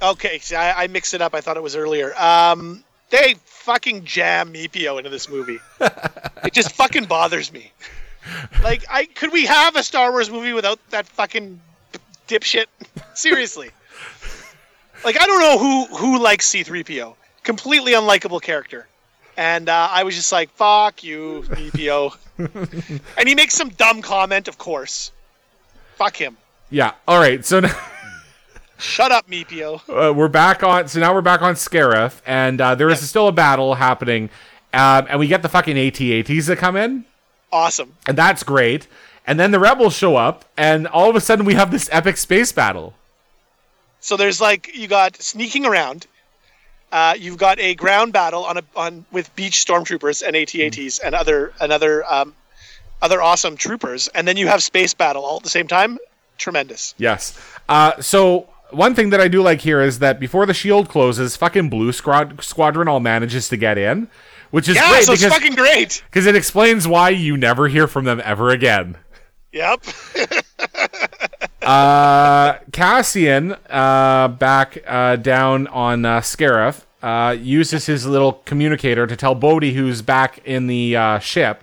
Okay, see, I, I mixed it up. I thought it was earlier. Um, they fucking jam Mepio into this movie. it just fucking bothers me. Like, I could we have a Star Wars movie without that fucking dipshit? Seriously. like, I don't know who who likes C-3PO. Completely unlikable character. And uh, I was just like, "Fuck you, Mepio." and he makes some dumb comment, of course. Fuck him.
Yeah. All right. So. Now-
Shut up, Mepio.
uh, we're back on. So now we're back on Scarif, and uh, there is still a battle happening, um, and we get the fucking AT-ATs that come in,
Awesome.
and that's great. And then the rebels show up, and all of a sudden we have this epic space battle.
So there's like you got sneaking around. Uh, you've got a ground battle on a on with beach stormtroopers and AT-ATs and other another um, other awesome troopers, and then you have space battle all at the same time. Tremendous.
Yes. Uh, so one thing that I do like here is that before the shield closes, fucking Blue Squad- Squadron all manages to get in, which is
Yeah,
great
so
because
it's fucking great.
'cause it explains why you never hear from them ever again.
Yep.
Cassian, uh, back uh, down on uh, Scarif, uh, uses his little communicator to tell Bodhi, who's back in the uh, ship,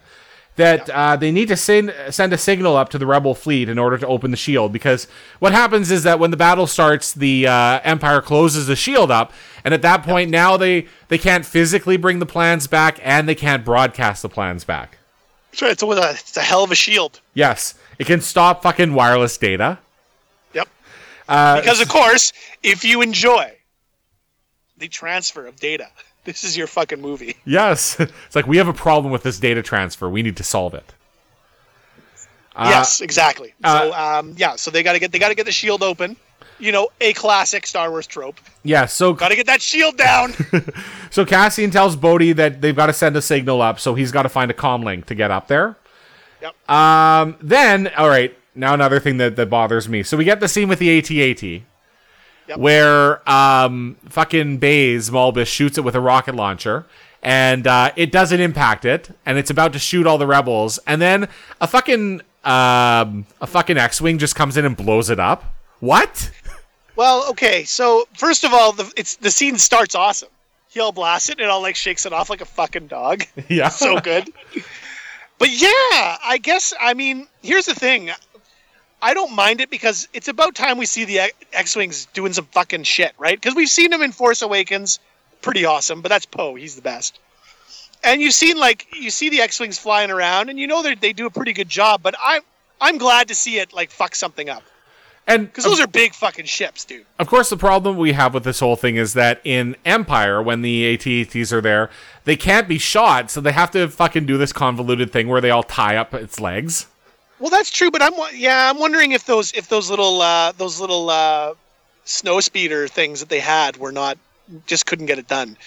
that uh, they need to send, send a signal up to the rebel fleet in order to open the shield. Because what happens is that when the battle starts, the uh, Empire closes the shield up, and at that point, now they they can't physically bring the plans back, and they can't broadcast the plans back.
That's right. It's a, it's a hell of a shield.
Yes, it can stop fucking wireless data.
Yep. because of course, if you enjoy the transfer of data, this is your fucking movie.
Yes. It's like we have a problem with this data transfer. We need to solve it.
yes, exactly. so um, yeah, so they got to get they got to get the shield open. You know, a classic Star Wars trope.
Yeah, so
Got to get that shield down.
so Cassian tells Bodhi that they've got to send a signal up, so he's got to find a comm link to get up there.
Yep.
Um then all right, now another thing that, that bothers me. So we get the scene with the AT-AT
Yep.
where um fucking Baze Malbus shoots it with a rocket launcher and uh, it doesn't impact it and it's about to shoot all the rebels and then a fucking um a fucking X-wing just comes in and blows it up. What?
well, okay. So first of all, the it's the scene starts awesome. He'll blast it and it all like shakes it off like a fucking dog.
Yeah.
so good. But yeah, I guess I mean here's the thing. I don't mind it because it's about time we see the X Wings doing some fucking shit, right? Because we've seen him in Force Awakens, pretty awesome, but that's Poe. He's the best. And you've seen like you see the X Wings flying around, and you know that they do a pretty good job. But I'm I'm glad to see it like fuck something up
And
because those are big fucking ships, dude.
Of course, the problem we have with this whole thing is that in Empire, when the AT-ATs are there, they can't be shot, so they have to fucking do this convoluted thing where they all tie up its legs.
Well, that's true, but I'm wa- yeah, I'm wondering if those if those little uh, those little uh, snow speeder things that they had were not just couldn't get it done,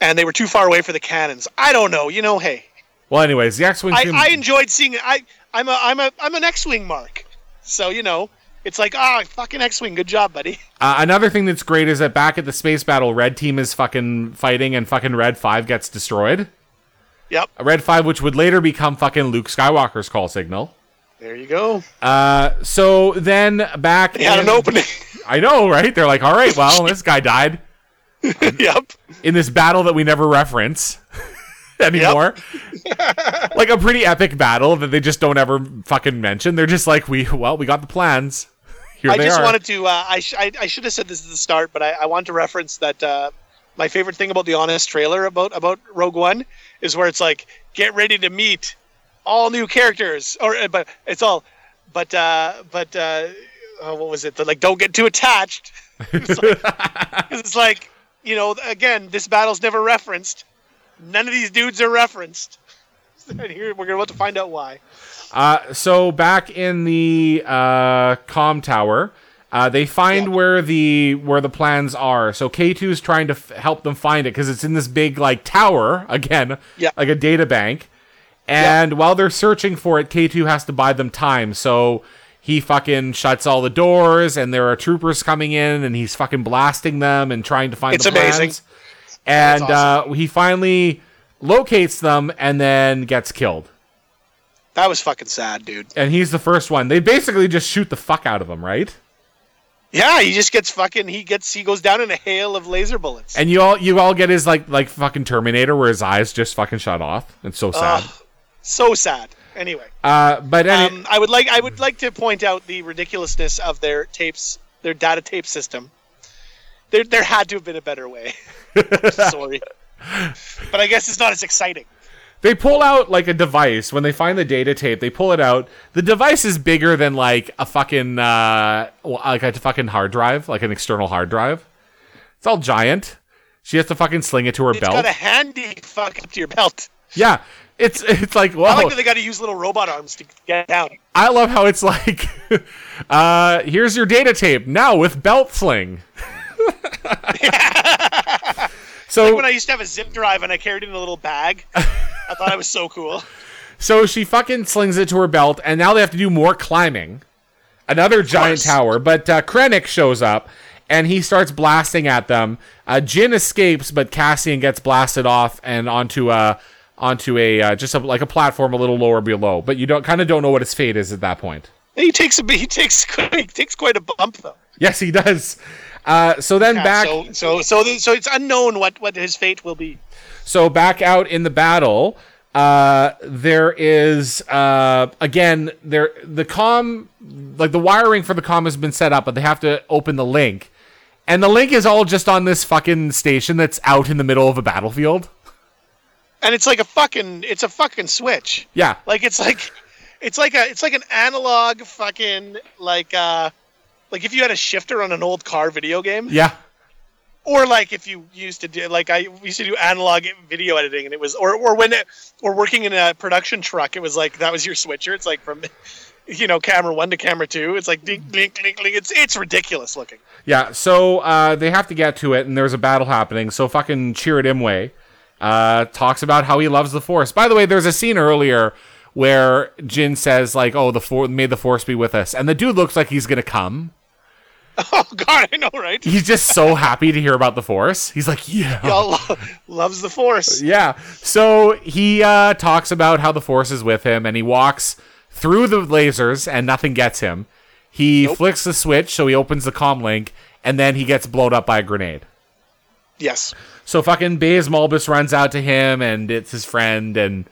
and they were too far away for the cannons. I don't know. You know, hey,
Well, anyways, the X-wing.
I,
team-
I enjoyed seeing. I I'm a I'm a I'm an X-wing mark, so you know it's like ah fucking X-wing, good job, buddy.
uh, another thing that's great is that back at the space battle, Red Team is fucking fighting, and fucking Red Five gets destroyed.
Yep,
Red Five, which would later become fucking Luke Skywalker's call signal.
there you go.
So then back.
They had
in-
an opening.
I know, right? They're like, all right, well, this guy died.
yep.
in this battle that we never reference anymore. like a pretty epic battle that they just don't ever fucking mention. They're just like, we well, we got the plans. Here
I
they
just
are.
wanted to. Uh, I, sh- I I should have said this at the start, but I, I want to reference that uh, my favorite thing about the Honest trailer about about Rogue One is where it's like, get ready to meet all new characters, or uh, but it's all, but uh, but uh, oh, what was it? The, like, don't get too attached. it's, like, 'cause it's like, you know, again, this battle's never referenced. None of these dudes are referenced. And here we're about to find out why.
so back in the uh, comm tower. Uh, they find where the where the plans are. So K2 is trying to f- help them find it because it's in this big like tower again,
Yeah.
like a data bank. And while they're searching for it, K2 has to buy them time. So he fucking shuts all the doors, and there are troopers coming in, and he's fucking blasting them and trying to find
It's
the plans.
amazing.
And
awesome.
uh, he finally locates them and then gets killed.
That was fucking sad, dude.
And he's the first one. They basically just shoot the fuck out of him, right?
Yeah, he just gets fucking. He gets. He goes down in a hail of laser bullets.
And you all you all get his like like fucking Terminator where his eyes just fucking shut off. It's so sad.
so sad. Anyway,
Uh, but any,
um, I would like. I would like to point out the ridiculousness of their tapes. Their data tape system. There, there had to have been a better way. I'm Sorry, but I guess it's not as exciting.
they pull out like a device when they find the data tape. They pull it out. The device is bigger than like a fucking uh, like a fucking hard drive, like an external hard drive. It's all giant. She has to fucking sling it to her
It's
belt.
got a handy fuck up to your belt.
yeah, it's it's like whoa.
I like that they got to use little robot arms to get down.
I love how it's like, uh, here's your data tape now with belt sling. so,
When I used to have a zip drive and I carried it in a little bag, I thought I was so cool.
so she fucking slings it to her belt, and now they have to do more climbing. Another giant
course.
tower, but uh, Krennic shows up and he starts blasting at them. Uh, Jin escapes, but Cassian gets blasted off and onto a onto a uh, just a, like a platform a little lower below. But you don't kind of don't know what his fate is at that point.
He takes a he takes he takes quite a bump though.
Yes, he does. Uh, so then
Yeah,
back.
So so so th- so it's unknown what what his fate will be.
So back out in the battle, uh, there is uh, again there the com like the wiring for the com has been set up, but they have to open the link, and the link is all just on this fucking station that's out in the middle of a battlefield.
And it's like a fucking it's a fucking switch.
Yeah,
Like it's like it's like a it's like an analog fucking like uh like if you had a shifter on an old car video game
yeah,
or like if you used to do like I used to do analog video editing and it was or or when it, or working in a production truck it was like that was your switcher it's like from you know camera 1 to camera 2 it's like ding ding ding ding it's it's ridiculous looking.
yeah. So uh, they have to get to it, and there's a battle happening. So fucking Chirrut Imwe uh, talks about how he loves the Force. By the way, there's a scene earlier. Where Jin says like, "Oh, the for- may the force be with us," and the dude looks like he's gonna come.
Oh god, I know right?
he's just so happy to hear about the force. He's like, yeah.
Y'all lo- loves the force.
Yeah. So he uh, talks about how the force is with him and he walks through the lasers and nothing gets him. He flicks the switch so he opens the comm link and then he gets blown up by a grenade.
Yes.
So fucking Baze Malbus runs out to him and it's his friend and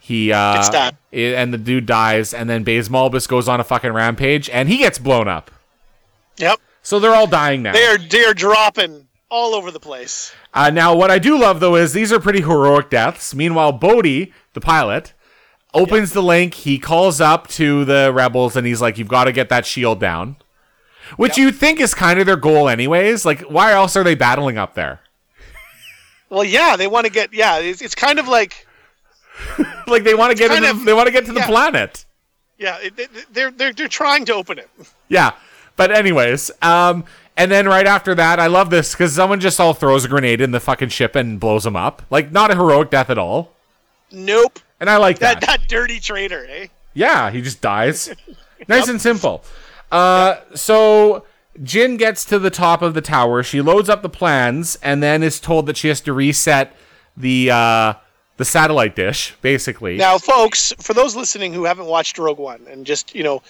he uh
Gets stabbed.
i- and the dude dies and then Baze Malbus goes on a fucking rampage and he gets blown up.
Yep.
So they're all dying now.
They are they are dropping all over the place.
Uh, now, what I do love though is these are pretty heroic deaths. Meanwhile, Bodhi, the pilot, opens the link. He calls up to the rebels and he's like, "You've got to get that shield down," which you think is kind of their goal, anyways. Like, why else are they battling up there?
Well, yeah, they want to get yeah. It's, it's kind of like
like, they want to get
kind
into,
of-
they want to get to the
yeah.
planet.
yeah, it, it- they're they're they're trying to open it.
Yeah. But anyways, um, and then right after that, I love this because someone just all throws a grenade in the fucking ship and blows them up. Like, not a heroic death at all.
Nope.
And I like
That that dirty traitor, eh?
Yeah, he just dies. nice and simple. Uh, so Jin gets to the top of the tower. She loads up the plans and then is told that she has to reset the uh, the satellite dish, basically.
Now, folks, for those listening who haven't watched Rogue One and just you know,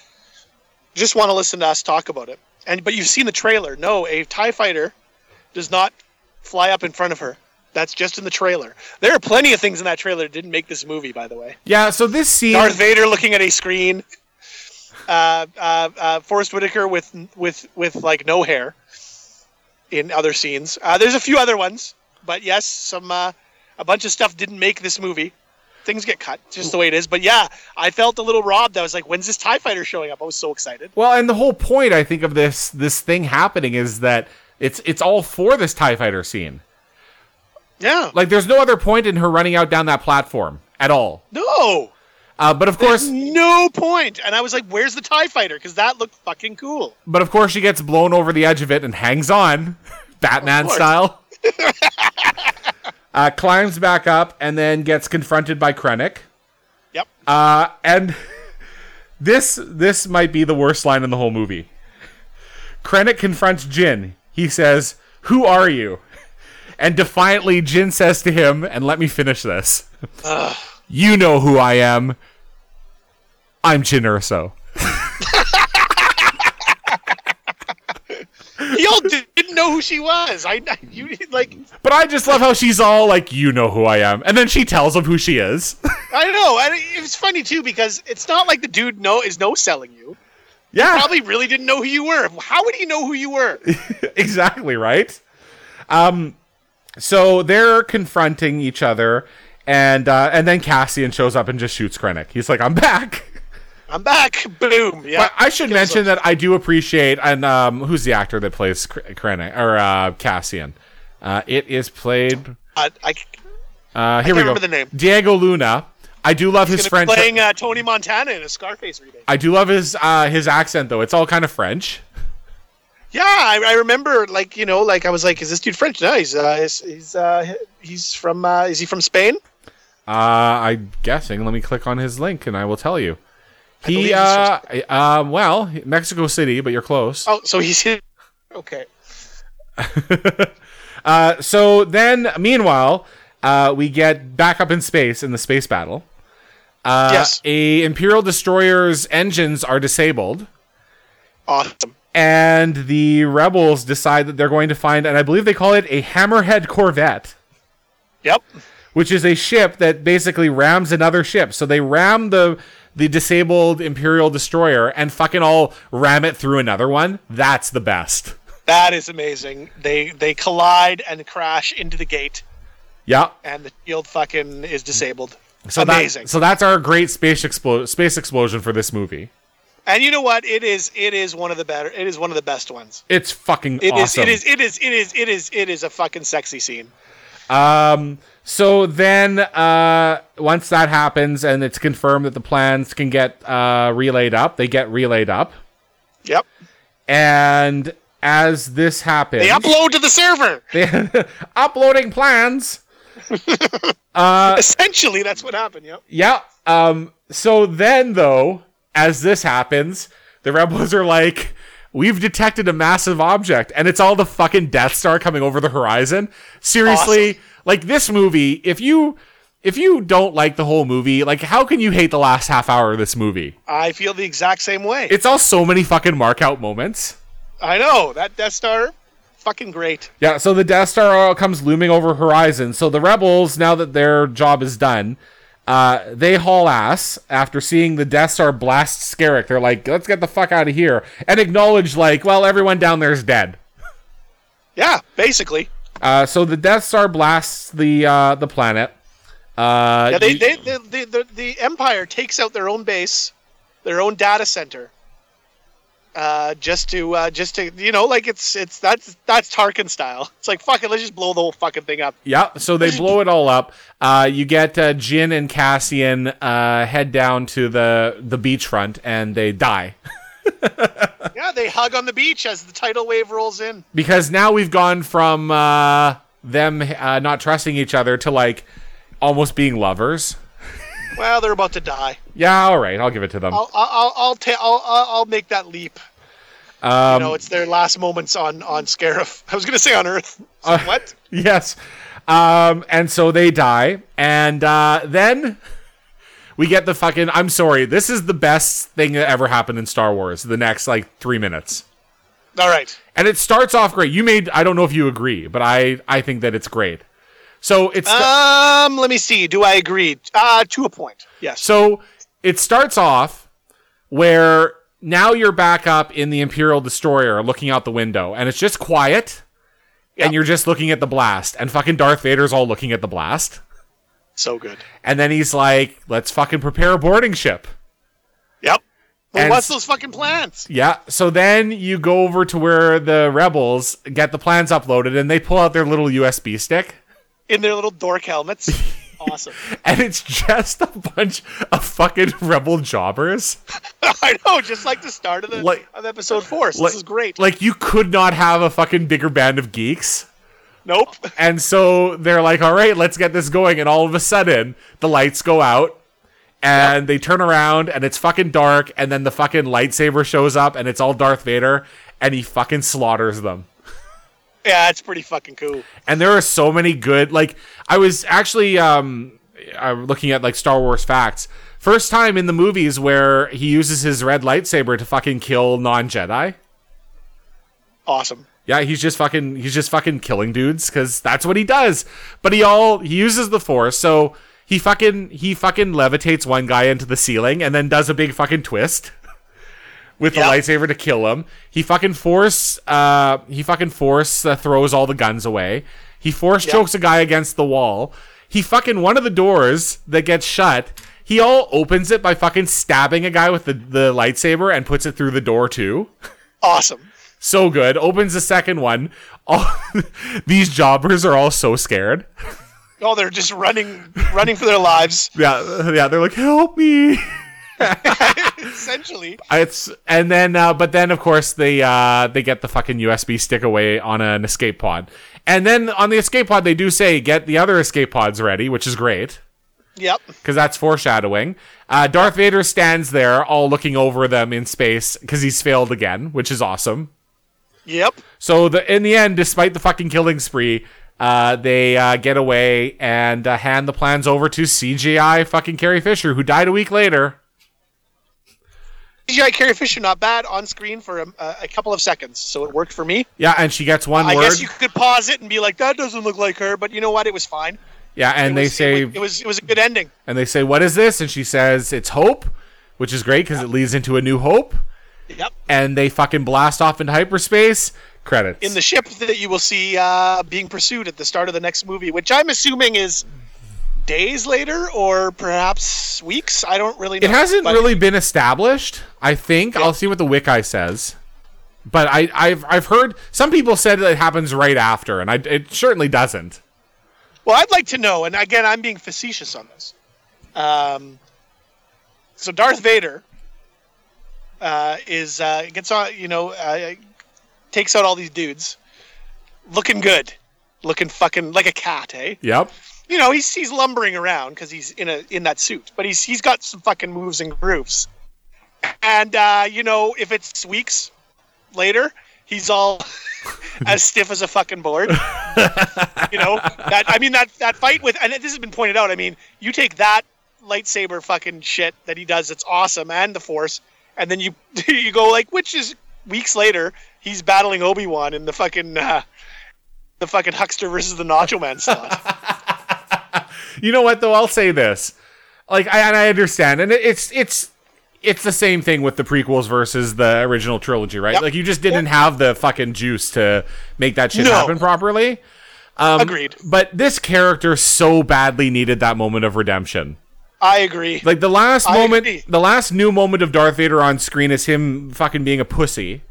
just want to listen to us talk about it, and but you've seen the trailer. No, a Tie Fighter does not fly up in front of her. That's just in the trailer. There are plenty of things in that trailer that didn't make this movie, by the way.
Yeah. So this scene.
Darth Vader looking at a screen. Uh, uh, uh, Forrest Whitaker with with with like no hair. In other scenes, uh, there's a few other ones, but yes, some uh, a bunch of stuff didn't make this movie. Things get cut, it's just the way it is. But yeah, I felt a little robbed. I was like, when's this Tie Fighter showing up? I was so excited.
well, and the whole point I think of this this thing happening is that it's it's all for this Tie Fighter scene.
Yeah.
Like, there's no other point in her running out down that platform at all.
no.
Uh, but of course,
No point. And I was like, where's the TIE fighter? Because that looked fucking cool.
but of course, she gets blown over the edge of it and hangs on, Batman
course.
style. uh, climbs back up and then gets confronted by Krennic.
Yep.
Uh, and this this might be the worst line in the whole movie. Krennic confronts Jin. He says, "Who are you?" And defiantly, Jin says to him, "And let me finish this. you know who I am. I'm Jin Erso."
Y'all di- didn't know who she was. I, I- you like
But I just love how she's all like, "You know who I am," and then she tells him who she is.
I don't know. And it was funny too because it's not like the dude no is no selling you.
yeah,
Probably really didn't know who you were. How would he know who you were?
exactly right. Um, so they're confronting each other, and uh, and then Cassian shows up and just shoots Krennic. He's like, "I'm back."
I'm back. Boom. Yeah.
But I should mention that I do appreciate and um, who's the actor that plays Kr- Krennic or uh, Cassian? Uh, it is played.
I, I,
Uh, here we go.
remember the name.
Diego Luna. I do love his
gonna
French.
be playing uh, Tony Montana in a Scarface remake.
I do love his uh, his accent though. It's all kind of French.
Yeah, I, I remember. Like you know, like I was like, is this dude French? No, he's uh, he's he's, uh, he's from. Uh, is he from Spain?
Uh, I'm guessing. Let me click on his link and I will tell you.
believe
He,
he's
uh, uh, well, Mexico City, but you're close.
Oh, so he's here. Okay.
Uh, so then, meanwhile, uh, we get back up in space in the space battle. Uh,
yes.
A Imperial destroyer's engines are disabled,
Awesome.
and the rebels decide that they're going to find, and I believe they call it a Hammerhead Corvette.
Yep.
which is a ship that basically rams another ship. So they ram the the disabled Imperial destroyer and fucking all ram it through another one. That's the best.
That is amazing. They they collide and crash into the gate,
Yeah.
and the shield fucking is disabled.
So that-
amazing.
so that's our great space explo- space explosion for this movie.
and you know what? It is it is one of the better. It is one of the best ones.
It's fucking
It is
awesome.
it is it is it is it is it is a fucking sexy scene.
So then, uh, once that happens and it's confirmed that the plans can get uh, relayed up, they get relayed up.
Yep.
And as this happens,
They upload to the server.
uploading plans.
Essentially, that's what happened. Yep.
Yeah. Um. So then, though, as this happens, the rebels are like, "We've detected a massive object, and it's all the fucking Death Star coming over the horizon." Seriously, like this movie. If you if you don't like the whole movie, like how can you hate the last half hour of this movie?
I feel the exact same way.
It's all so many fucking mark out moments.
I know that Death Star, fucking great.
Yeah, so the Death Star all comes looming over horizon. So the rebels, now that their job is done, uh, they haul ass after seeing the Death Star blast Scarrick. They're like, "Let's get the fuck out of here," and acknowledge like, "Well, everyone down there is dead."
Yeah, basically.
Uh, so the Death Star blasts the uh, the planet. Uh,
Yeah, they,
you-
they, they, they, the, the Empire takes out their own base, their own data center, uh, just to uh, just to you know like it's it's that's that's Tarkin style. It's like fuck it, let's just blow the whole fucking thing up.
Yeah, so they blow it all up. Uh, you get uh, Jin and Cassian uh, head down to the the beachfront, and they die.
Yeah, they hug on the beach as the tidal wave rolls in.
because now we've gone from uh, them uh, not trusting each other to like almost being lovers.
Well, they're about to die.
Yeah, all right, I'll give it to them.
I'll I'll I'll I'll, ta- I'll, I'll, I'll make that leap. Um, you know, it's their last moments on on Scarif. I was gonna say on Earth.
Uh,
what?
yes, um, and so they die, and uh, then we get the fucking. I'm sorry, this is the best thing that ever happened in Star Wars. The next like three minutes.
All right.
And it starts off great. You made I don't know if you agree, but I I think that it's great. So it's
Um, let me see. Do I agree? Uh, to a point. Yes.
So it starts off where now you're back up in the Imperial Destroyer looking out the window, and it's just quiet,
Yeah.
and you're just looking at the blast, and fucking Darth Vader's all looking at the blast.
so good.
And then he's like, let's fucking prepare a boarding ship.
Yep. Well,
And-
what's those fucking plants?
Yeah. So then you go over to where the rebels get the plans uploaded, and they pull out their little USB stick.
In their little dork helmets. awesome.
and it's just a bunch of fucking rebel jobbers.
I know, just like the start of the
Like-
of episode four. So
Like,
this is great.
Like you could not have a fucking bigger band of geeks.
nope.
And so they're like, all right, let's get this going. And all of a sudden, the lights go out and they turn around and it's fucking dark. And then the fucking lightsaber shows up and it's all Darth Vader and he fucking slaughters them.
Yeah, it's pretty fucking cool.
And there are so many good, like, I was actually um, uh, looking at like Star Wars facts. First time in the movies where he uses his red lightsaber to fucking kill non Jedi.
Awesome.
Yeah, he's just fucking he's just fucking killing dudes because that's what he does. But he all he uses the force, so he fucking he fucking levitates one guy into the ceiling and then does a big fucking twist with the
Yep.
lightsaber to kill him. He fucking force uh he fucking force uh, throws all the guns away. He force chokes a guy against the wall. He fucking one of the doors that gets shut. He all opens it by fucking stabbing a guy with the, the lightsaber and puts it through the door too
Awesome.
so good. Opens the second one. All these jobbers are all so scared.
Oh, they're just running running for their lives,
Yeah, uh, yeah, they're like, "Help me!"
essentially.
It's and then, uh, but then of course they uh, they get the fucking USB stick away on an escape pod, and then on the escape pod they do say get the other escape pods ready, which is great.
Yep.
because that's foreshadowing. Uh, Darth Vader stands there, all looking over them in space because he's failed again, which is awesome.
Yep.
So the in the end, despite the fucking killing spree, uh, they uh, get away and uh, hand the plans over to CGI fucking Carrie Fisher, who died a week later.
CGI Carrie Fisher not bad on screen for a, a couple of seconds, so it worked for me.
Yeah, and she gets one
I
word.
guess you could pause it and be like, "That doesn't look like her," but you know what? It was fine.
yeah, and
It
they
was-
say
it was, it was it was a good ending.
and they say, "What is this?" And she says, "It's hope," which is great because it leads into a new hope.
Yep.
And they fucking blast off into hyperspace. Credits.
In the ship that you will see uh, being pursued at the start of the next movie, which I'm assuming is days later or perhaps weeks. I don't really. know.
It hasn't
but-
really been established. I think I'll see what the wiki says. But I, I've I've heard some people said that it happens right after, and I, it certainly doesn't.
Well, I'd like to know, and again, I'm being facetious on this. Um, so Darth Vader uh, is uh, gets on, you know, uh, takes out all these dudes, looking good, looking fucking like a cat, eh?
Yep.
You know, he's he's lumbering around because he's in a in that suit, but he's he's got some fucking moves and grooves. And uh, you know, if it's weeks later, he's all as stiff as a fucking board. you know that I mean that that fight with and this has been pointed out. I mean, you take that lightsaber fucking shit that he does that's awesome and the force, and then you you go like, which is weeks later he's battling Obi Wan in the fucking uh, the fucking huckster versus the Nacho Man stuff.
You know what though? I'll say this. Like I and I understand, and it- it's it's it's the same thing with the prequels versus the original trilogy, right?
Yep.
Like you just didn't have the fucking juice to make that shit
No.
happen properly.
Agreed.
But this character so badly needed that moment of redemption.
I agree.
Like the last
I
moment,
agree.
the last new moment of Darth Vader on screen is him fucking being a pussy.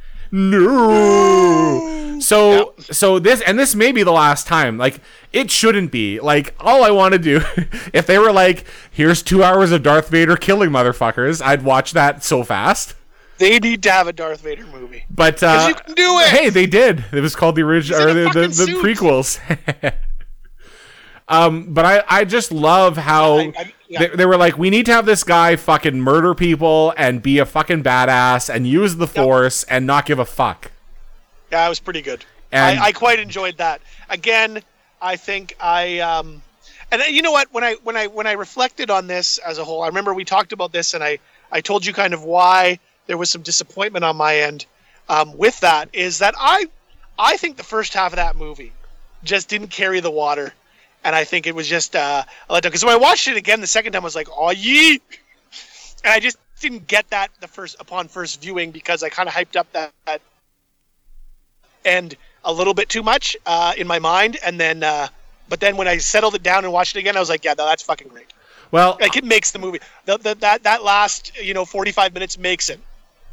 No. So so this and this may be the last time. Like it shouldn't be. Like all I want to do, if they were like, here's two hours of Darth Vader killing motherfuckers, I'd watch that so fast.
They need to have a Darth Vader movie.
But uh,
you can do it.
Hey, they did. It was called the original
He's
or the,
in a
the,
fucking
the
suit.
prequels. um, but I I just love how
I- I- yeah.
they, they were like, we need to have this guy fucking murder people and be a fucking badass and use the force and not give a fuck.
Yeah, it was pretty good.
And-
I, I quite enjoyed that. Again, I think I um, and uh, you know what? When I when I when I reflected on this as a whole, I remember we talked about this, and I I told you kind of why there was some disappointment on my end um, with that is that I I think the first half of that movie just didn't carry the water, and I think it was just uh, a letdown. Because when I watched it again the second time, I was like, "Oh ye," and I just didn't get that the first upon first viewing because I kind of hyped up that, that and a little bit too much uh, in my mind, and then uh, but then when I settled it down and watched it again, I was like, yeah, no, that's fucking great.
Well,
Like it makes the movie. The, the, that that last you know forty five minutes makes it.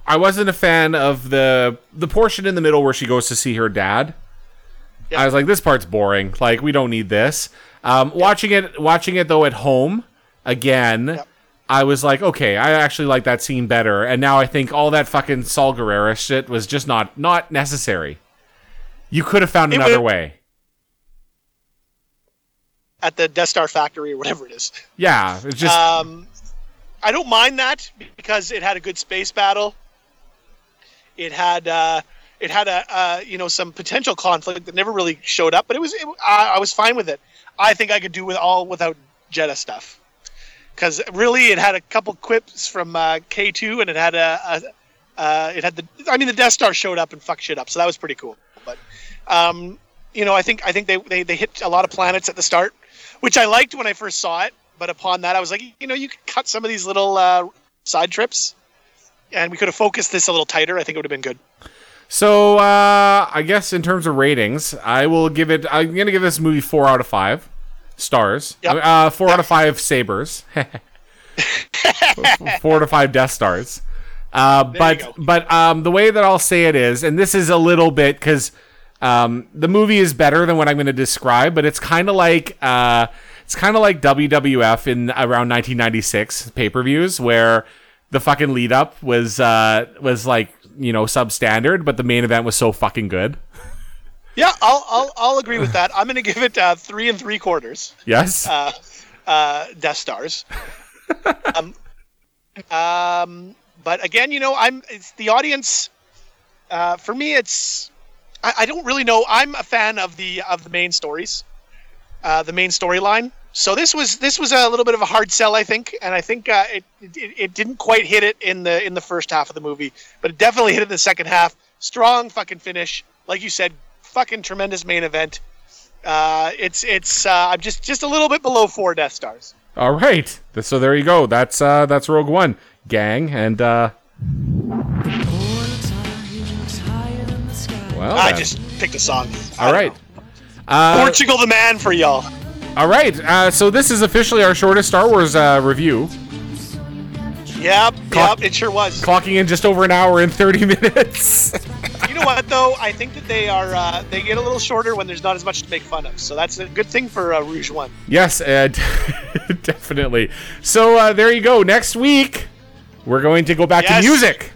I wasn't a fan of the the portion in the middle where she goes to see her dad.
Yeah.
I was like, this part's boring. Like, we don't need this. Um, Watching it, watching it though at home again, I was like, okay, I actually like that scene better. And now I think all that fucking Saul Guerrero shit was just not not necessary. You could have found
It
another
would-
way.
at the Death Star factory or whatever it is.
Yeah, it's just
Um, I don't mind that because it had a good space battle. It had uh, it had a uh, you know some potential conflict that never really showed up, but it was it, I, I was fine with it. I think I could do with all without Jedi stuff because really it had a couple quips from uh, K two and it had a, a uh, it had the I mean the Death Star showed up and fucked shit up, so that was pretty cool. But um, you know I think I think they, they they hit a lot of planets at the start, which I liked when I first saw it. But upon that, I was like, you know, you could cut some of these little uh, side trips, and we could have focused this a little tighter. I think it would have been good.
so. Uh, I guess in terms of ratings, I will give it. I'm gonna give this movie four out of five stars.
Yep.
Uh, four out of five sabers. four to five Death Stars. Uh,
go.
but but um, the way that I'll say it is, and this is a little bit because um, the movie is better than what I'm going to describe, but it's kind of like uh, it's kind of like WWF in around 1996 pay per views where the fucking lead up was uh, was like you know substandard, but the main event was so fucking good.
Yeah, I'll I'll, I'll agree with that. I'm going to give it uh, three and three quarters
Yes,
uh, uh, Death Stars. um, um, but again, you know, I'm it's the audience. Uh, for me, it's I, I don't really know. I'm a fan of the of the main stories, uh, the main storyline. So this was this was a little bit of a hard sell, I think, and I think uh, it, it it didn't quite hit it in the in the first half of the movie, but it definitely hit it in the second half. Strong fucking finish, like you said, fucking tremendous main event. Uh, it's it's uh, I'm just just a little bit below four Death Stars.
all right. So there you go. That's uh, that's Rogue One gang, and uh, well,
I
then.
just picked a song. I
all
don't
right. Uh,
know. Portugal the man for y'all.
All right, uh, so this is officially our shortest Star Wars uh, review,
Yep,
Clock-
yep, it sure was.
clocking in just over an hour and thirty minutes.
You know what though? I think that they are uh, they get a little shorter when there's not as much to make fun of. So that's a good thing for uh, Rouge One.
yes, uh, definitely. So uh, there you go. Next week, we're going to go back
Yes.
to music.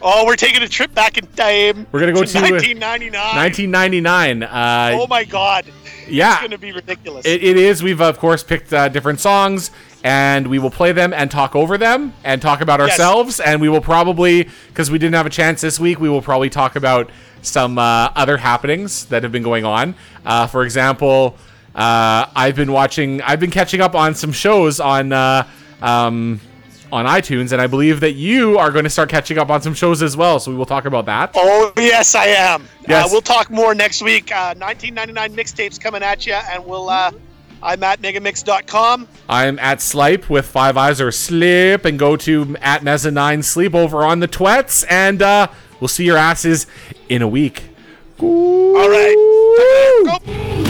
Oh, we're taking a trip back in time.
We're gonna go to, uh,
1999.
1999. Uh,
oh my god. It's
yeah,
gonna be ridiculous.
it, it is. We've of course picked uh, different songs, and we will play them and talk over them and talk about ourselves. And we will probably, because we didn't have a chance this week, we will probably talk about some uh, other happenings that have been going on. Uh, for example, uh, I've been watching, I've been catching up on some shows on. Uh, um, on iTunes, and I believe that you are going to start catching up on some shows as well. So we will talk about that.
oh yes, I am.
Yes.
Uh, we'll talk more next week. Uh, 1999 mixtapes coming at you, and we'll. Uh, I'm at megamix.com.
I'm at Slipe with five eyes or slip and go to at Mezzanine Sleep over on the Twets and uh, we'll see your asses in a week.
All right.
Woo!
Go.
Hey,